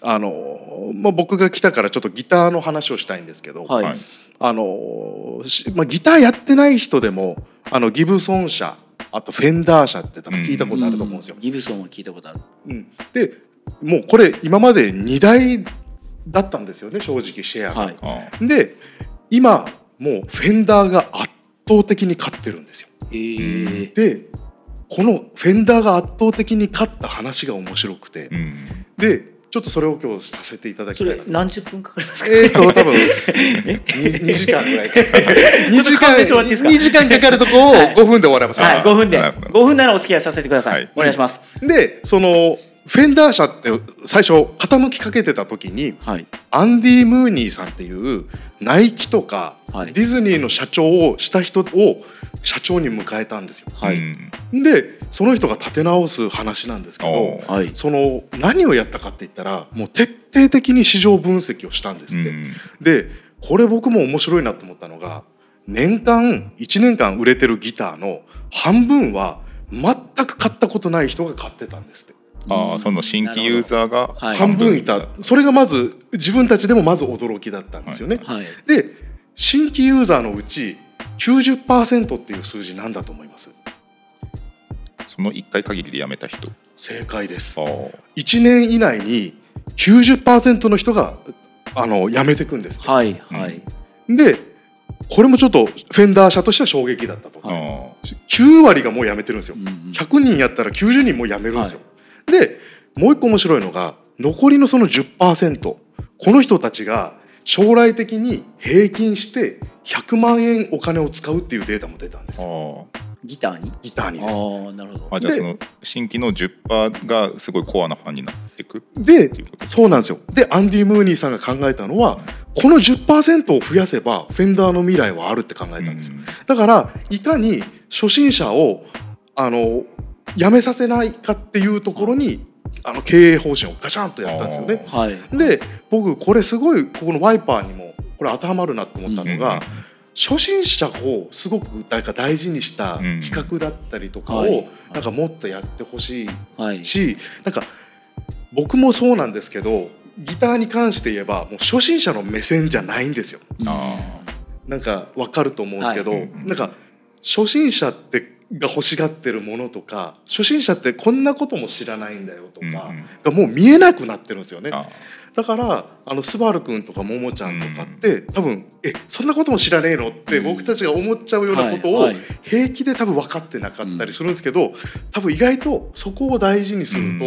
Speaker 5: あのまあ、僕が来たからちょっとギターの話をしたいんですけど、
Speaker 4: はい、
Speaker 3: はい
Speaker 5: あのしまあ、ギターやってない人でもあのギブソン社あとフェンダー社って多分聞いたことあると思うんですよ。
Speaker 4: ギブソンは聞いたことある
Speaker 5: うんでもうこれ今まで2台だったんですよね正直シェアが。
Speaker 4: はい
Speaker 3: ああ
Speaker 5: で今もうフェンダーが圧倒的に勝ってるんですよ。
Speaker 4: ええ
Speaker 5: でこのフェンダーが圧倒的に勝った話が面白くて、
Speaker 3: うん
Speaker 5: でちょっとそれを今日させていただき
Speaker 4: そ
Speaker 5: たい
Speaker 4: れ
Speaker 5: なと。
Speaker 4: 何十分かかりますか
Speaker 5: えーと多 分 2, 時間ぐらいかかる2時
Speaker 4: 勘
Speaker 5: 間
Speaker 4: 弁してもらっていいですか
Speaker 5: 2時間かかるとこを
Speaker 4: はい
Speaker 5: 5分で終わらますよ、
Speaker 4: はい5分で
Speaker 3: なるほど
Speaker 4: 5分ならお付き合いさせてください、
Speaker 3: はい
Speaker 4: お願いします
Speaker 5: でそのフェンダー社って最初傾きかけてた時に
Speaker 4: はい
Speaker 5: アンディ・ムーニーさんっていうナイキとか
Speaker 4: はい
Speaker 5: ディズニーの社長をした人を社長に迎えたんですよ。
Speaker 4: は
Speaker 3: う
Speaker 4: い
Speaker 3: ん
Speaker 5: でその人が立て直す話なんですけど
Speaker 3: おー
Speaker 4: はい
Speaker 5: その何をやったかって言ったらもう徹底的に市場分析をしたんですって。
Speaker 3: うん
Speaker 5: でこれ僕も面白いなと思ったのが年間1年間売れてるギターの半分は全く買ったことない人が買ってたんですって。
Speaker 3: ああその新規ユーザーが
Speaker 4: はい
Speaker 5: 半分いたそれがまず自分たちでもまず驚きだったんですよね、
Speaker 4: はい
Speaker 5: で新規ユーザーのうち90%っていう数字なんだと思います
Speaker 3: その1回限りで辞めた人
Speaker 5: 正解です
Speaker 3: ああ
Speaker 5: 1年以内に90%の人があの辞めてくんですって、
Speaker 4: はいはい
Speaker 5: でこれもちょっとフェンダー社としては衝撃だったと、
Speaker 4: はい
Speaker 3: あ
Speaker 5: 9割がもう辞めてるんですよ
Speaker 4: うんうん
Speaker 5: 100人やったら90人も辞めるんですよ、でもう一個面白いのが残りのその10%この人たちが将来的に平均して100万円お金を使うっていうデータも出たんですよ
Speaker 3: あ
Speaker 4: ギターに
Speaker 5: ギターに
Speaker 4: あ
Speaker 5: です
Speaker 4: あなるほど
Speaker 3: あじゃあ
Speaker 5: で
Speaker 3: その新規の10%がすごいコアなファンになってくっ
Speaker 5: で
Speaker 3: ていうこと
Speaker 5: そうなんですよでアンディ・ムーニーさんが考えたのはこの10%を増やせばフェンダーの未来はあるって考えたんですよだからいかに初心者をあのやめさせないかっていうところにあの経営方針をガチャンとやったんですよね。
Speaker 4: はい
Speaker 5: で僕これすごいここのワイパーにもこれ当てはまるなと思ったのが、初心者をすごくなんか大事にした
Speaker 3: うん
Speaker 5: 企画だったりとか
Speaker 4: は
Speaker 5: を
Speaker 4: い
Speaker 5: なんかもっとやってほしい
Speaker 4: はい
Speaker 5: しなんか僕もそうなんですけどギターに関して言えばもう初心者の目線じゃないんですよ。
Speaker 4: うん
Speaker 3: あ
Speaker 5: なんかわかると思うんですけど、
Speaker 3: はいうんうん
Speaker 5: なんか初心者ってが欲しがってるものとか初心者ってこんなことも知らないんだよと
Speaker 3: うんうん
Speaker 5: か、がもう見えなくなってるんですよね
Speaker 3: あ
Speaker 5: だからあのスバルくんとかももちゃんとかって、多分えそんなことも知らねえのって
Speaker 4: うん
Speaker 5: 僕たちが思っちゃうようなこと
Speaker 4: は
Speaker 5: を
Speaker 4: いはい
Speaker 5: 平気で多分分かってなかったりするんですけど、多分意外とそこを大事にすると、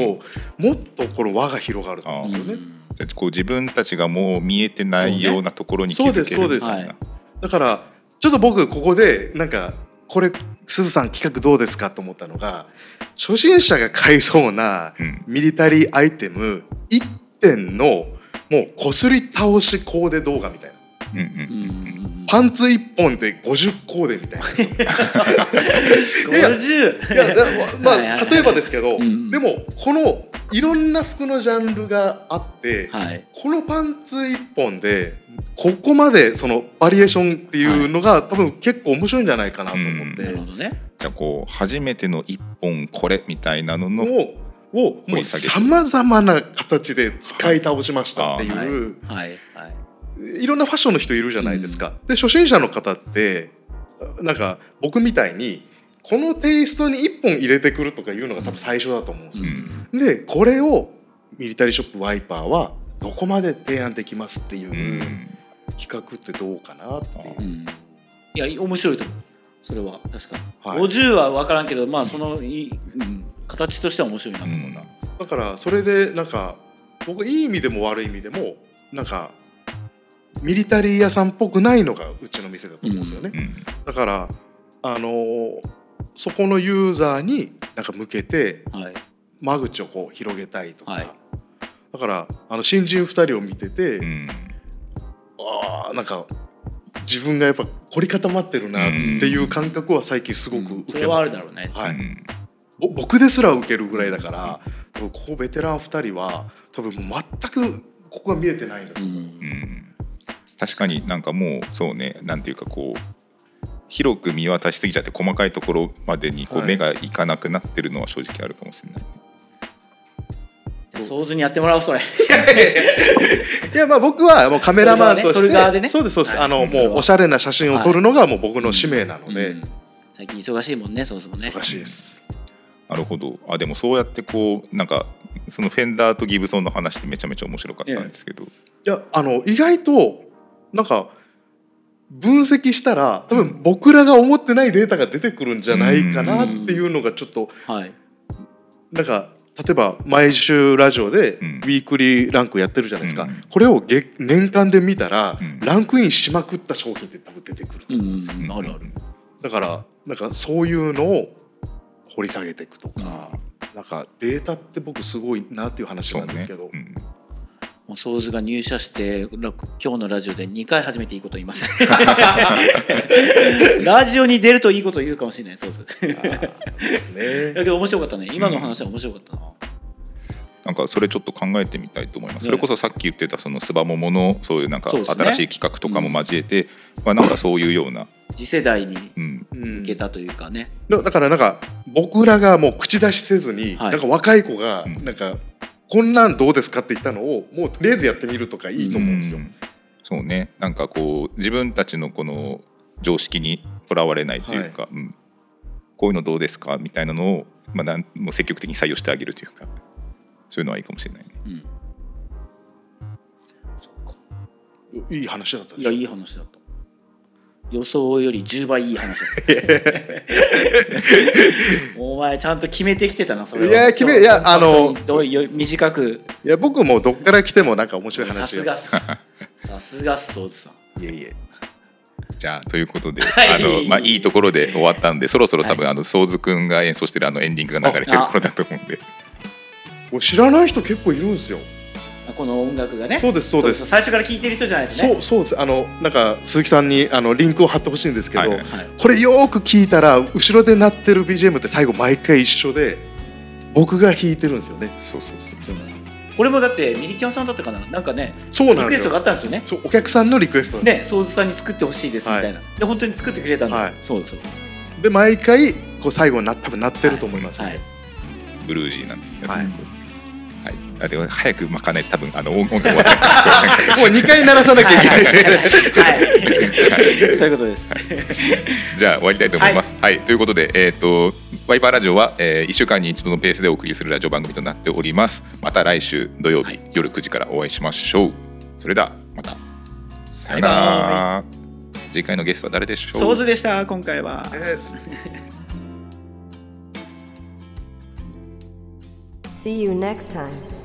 Speaker 5: もっとこの輪が広がると思うんですよね。
Speaker 4: うん
Speaker 3: じゃあこう自分たちがもう見えてないようなところに気づけ
Speaker 5: そう
Speaker 3: る
Speaker 5: ね
Speaker 3: みたいな
Speaker 5: だからちょっと僕ここでなんかこれすずさん企画どうですかと思ったのが初心者が買いそうな
Speaker 3: うん
Speaker 5: ミリタリーアイテム1点のもうこすり倒しコーデ動画みたいな
Speaker 3: うんうん
Speaker 4: うんうん
Speaker 5: パンツ1本で50コーデみ たいないや
Speaker 4: 50
Speaker 5: いやいやま
Speaker 4: はいはい
Speaker 5: あ
Speaker 4: はい
Speaker 5: 例えばですけど
Speaker 4: んうん
Speaker 5: でもこのいろんな服のジャンルがあって
Speaker 4: はい
Speaker 5: このパンツ1本でここまでそのバリエーションっていうのが多分結構面白いんじゃないかなと思って。
Speaker 4: なるほどね
Speaker 3: じゃあこう初めての一本これみたいなのの
Speaker 5: ををもうさまざまな形で使い倒しましたっていう、
Speaker 4: はい
Speaker 5: い
Speaker 4: はいはい
Speaker 5: ろんなファッションの人いるじゃないですか。で初心者の方ってなんか僕みたいにこのテイストに1本入れてくるとかいうのが多分最初だと思うんですよ。
Speaker 3: ん
Speaker 5: でこれをミリタリーショップワイパーはどこまで提案できますっていううん企画ってどうかなっていう
Speaker 3: う
Speaker 4: いや面白いと思うそれは確かに、
Speaker 5: はい
Speaker 4: 50は分からんけどまあそのい、うん、形としては面白いなと思うな、
Speaker 5: だからそれでなんか僕いい意味でも悪い意味でもなんかミリタリー屋さんっぽくないのがうちの店だと思うんですよね、
Speaker 3: うん
Speaker 5: だからあのーそこのユーザーになんか向けて
Speaker 4: はい
Speaker 5: 間口をこう広げたいとか、
Speaker 4: はい
Speaker 5: だからあの新人2人を見てて、
Speaker 3: うん
Speaker 5: あーなんか自分がやっぱ凝り固まってるなっていう感覚は最近すごく受
Speaker 4: そ
Speaker 5: け
Speaker 4: れ
Speaker 5: ま
Speaker 4: はあ
Speaker 5: す
Speaker 4: るだろうね。
Speaker 5: は
Speaker 3: う
Speaker 5: い、
Speaker 3: ん
Speaker 5: ぼ僕ですら受けるぐらいだからここベテラン2人は多分もう全くここが見えてないの、
Speaker 4: うん
Speaker 3: うん確かになんかもうそうねなんていうかこう広く見渡しすぎちゃって細かいところまでにこう
Speaker 5: はい
Speaker 3: 目がいかなくなってるのは正直あるかもしれない、
Speaker 4: 想像にやってもらおうそれ。
Speaker 5: いやまあ僕はもうカメラマンと
Speaker 4: 撮
Speaker 5: して、
Speaker 4: る側ね撮る側でね
Speaker 5: そうですそうです、
Speaker 4: はい
Speaker 5: あの
Speaker 4: それ
Speaker 5: も
Speaker 4: は
Speaker 5: うおしゃれな写真を撮るのがもう僕の使命なので、
Speaker 4: うん最近忙しいもんね、そうそうね。
Speaker 5: 忙しいです。
Speaker 3: なるほどあでもそうやってこうなんかそのフェンダーとギブソンの話ってめちゃめちゃ面白かったんですけど、
Speaker 5: いやあの意外となんか分析したら多分僕らが思ってないデータが出てくるんじゃないかなっていうのがちょっと
Speaker 4: はい。
Speaker 5: なんか例えば毎週ラジオでウ
Speaker 3: うん
Speaker 5: ィークリーランクやってるじゃないですか、
Speaker 3: うん
Speaker 5: これを月年間で見たら、
Speaker 3: うん
Speaker 5: ランクインしまくった商品って多分出てくると
Speaker 4: う
Speaker 5: 思うん
Speaker 4: ん
Speaker 5: ですよ、
Speaker 4: うん、あるある。
Speaker 5: だからなんかそういうのを掘り下げていくとか、なんかデータって僕すごいなっていう話
Speaker 3: そ
Speaker 5: な
Speaker 3: うん
Speaker 5: です
Speaker 3: ね
Speaker 5: けど、
Speaker 3: うん
Speaker 4: もうソーズが入社してら今日のラジオで2回初めていいこと言い ましたラジオに出るといいこと言うかもしれないソーズ
Speaker 5: あーですね
Speaker 4: だけど面白かったね今の話は面白かったな、
Speaker 3: なんかそれちょっと考えてみたいと思います、
Speaker 4: ね
Speaker 3: それこそさっき言ってたそのスバモモのそういうなんか
Speaker 4: そうですね
Speaker 3: 新しい企画とかも交えて、まあ、なんかそういうような、
Speaker 4: 次世代に
Speaker 3: うん
Speaker 5: うん
Speaker 4: 受けたというかね、
Speaker 5: だだからなんか僕らがもう口出しせずに、
Speaker 4: はい
Speaker 5: なんか若い子が
Speaker 3: うん
Speaker 5: なんか、こんなんどうですかって言ったのをもうとりあえずやってみるとかいいと思うんですよ。
Speaker 3: うんそうねなんかこう自分たちのこの常識にとらわれないというか、うんこういうのどうですかみたいなのを、まあ、なんもう積極的に採用してあげるというかそういうのはいいかもしれないね。
Speaker 4: うんそっか
Speaker 5: いい話だったで
Speaker 4: い
Speaker 5: しょ
Speaker 4: やいい話だった予想より10倍いい話だったお前ちゃんと決めてきてたなそれを
Speaker 5: いや決めいやあの
Speaker 4: どうよ短く
Speaker 5: いや僕もどっから来てもなんか面白い
Speaker 4: さ
Speaker 5: 話
Speaker 4: す
Speaker 5: や
Speaker 4: がっすさすがっすそうです
Speaker 5: いえいえ
Speaker 3: じゃあということで、
Speaker 4: はい
Speaker 3: あのまあ、いいところで終わったんでそろそろ多分、あのソーズくんが演奏してるあのエンディングが流れてる頃だと思うんで
Speaker 5: これ知らない人結構いるんですよ。
Speaker 4: この音楽がね
Speaker 5: そうですそうです。
Speaker 4: 最初から聴いてる人じゃないとね
Speaker 5: そうそうですあのなんか鈴木さんにあのリンクを貼ってほしいんですけど、
Speaker 3: はいはい
Speaker 4: はい
Speaker 5: これよーく聞いたら後ろで鳴ってる BGM って最後毎回一緒で僕が弾いてるんですよね。
Speaker 3: そうそうそう
Speaker 4: そうだこれもだってミリキャンさんだったかななんかね
Speaker 5: そう
Speaker 4: リ
Speaker 5: なん
Speaker 4: ク
Speaker 5: で
Speaker 4: エ
Speaker 5: す
Speaker 4: ストが
Speaker 5: よ。
Speaker 4: あったんですよね
Speaker 5: そうお客さんのリクエストなんです
Speaker 4: ねソーズさんに作ってほしいですみたいな、で本当に作ってくれたんで、
Speaker 5: はい
Speaker 4: そうです
Speaker 5: で毎回こう最後にな多分なってると思います、ね
Speaker 4: はい
Speaker 3: ブルージーなやつ、
Speaker 5: は
Speaker 3: はいいあでも早くまかないと多分あの音音が終わっちゃう
Speaker 5: もう2回鳴らさなきゃいけない
Speaker 4: はい、そういうことです。
Speaker 3: じゃあ終わりたいと思います。はい、ということで、えっ、と、ワイパーラジオは、え1週間に一度のペースでお送りするラジオ番組となっております。また来週土曜日、
Speaker 4: はい
Speaker 3: 夜9時からお会いしましょう。それでは、また。さよなら。次回のゲストは誰でしょう。
Speaker 4: ソーズでした、今回は。
Speaker 2: See you next time.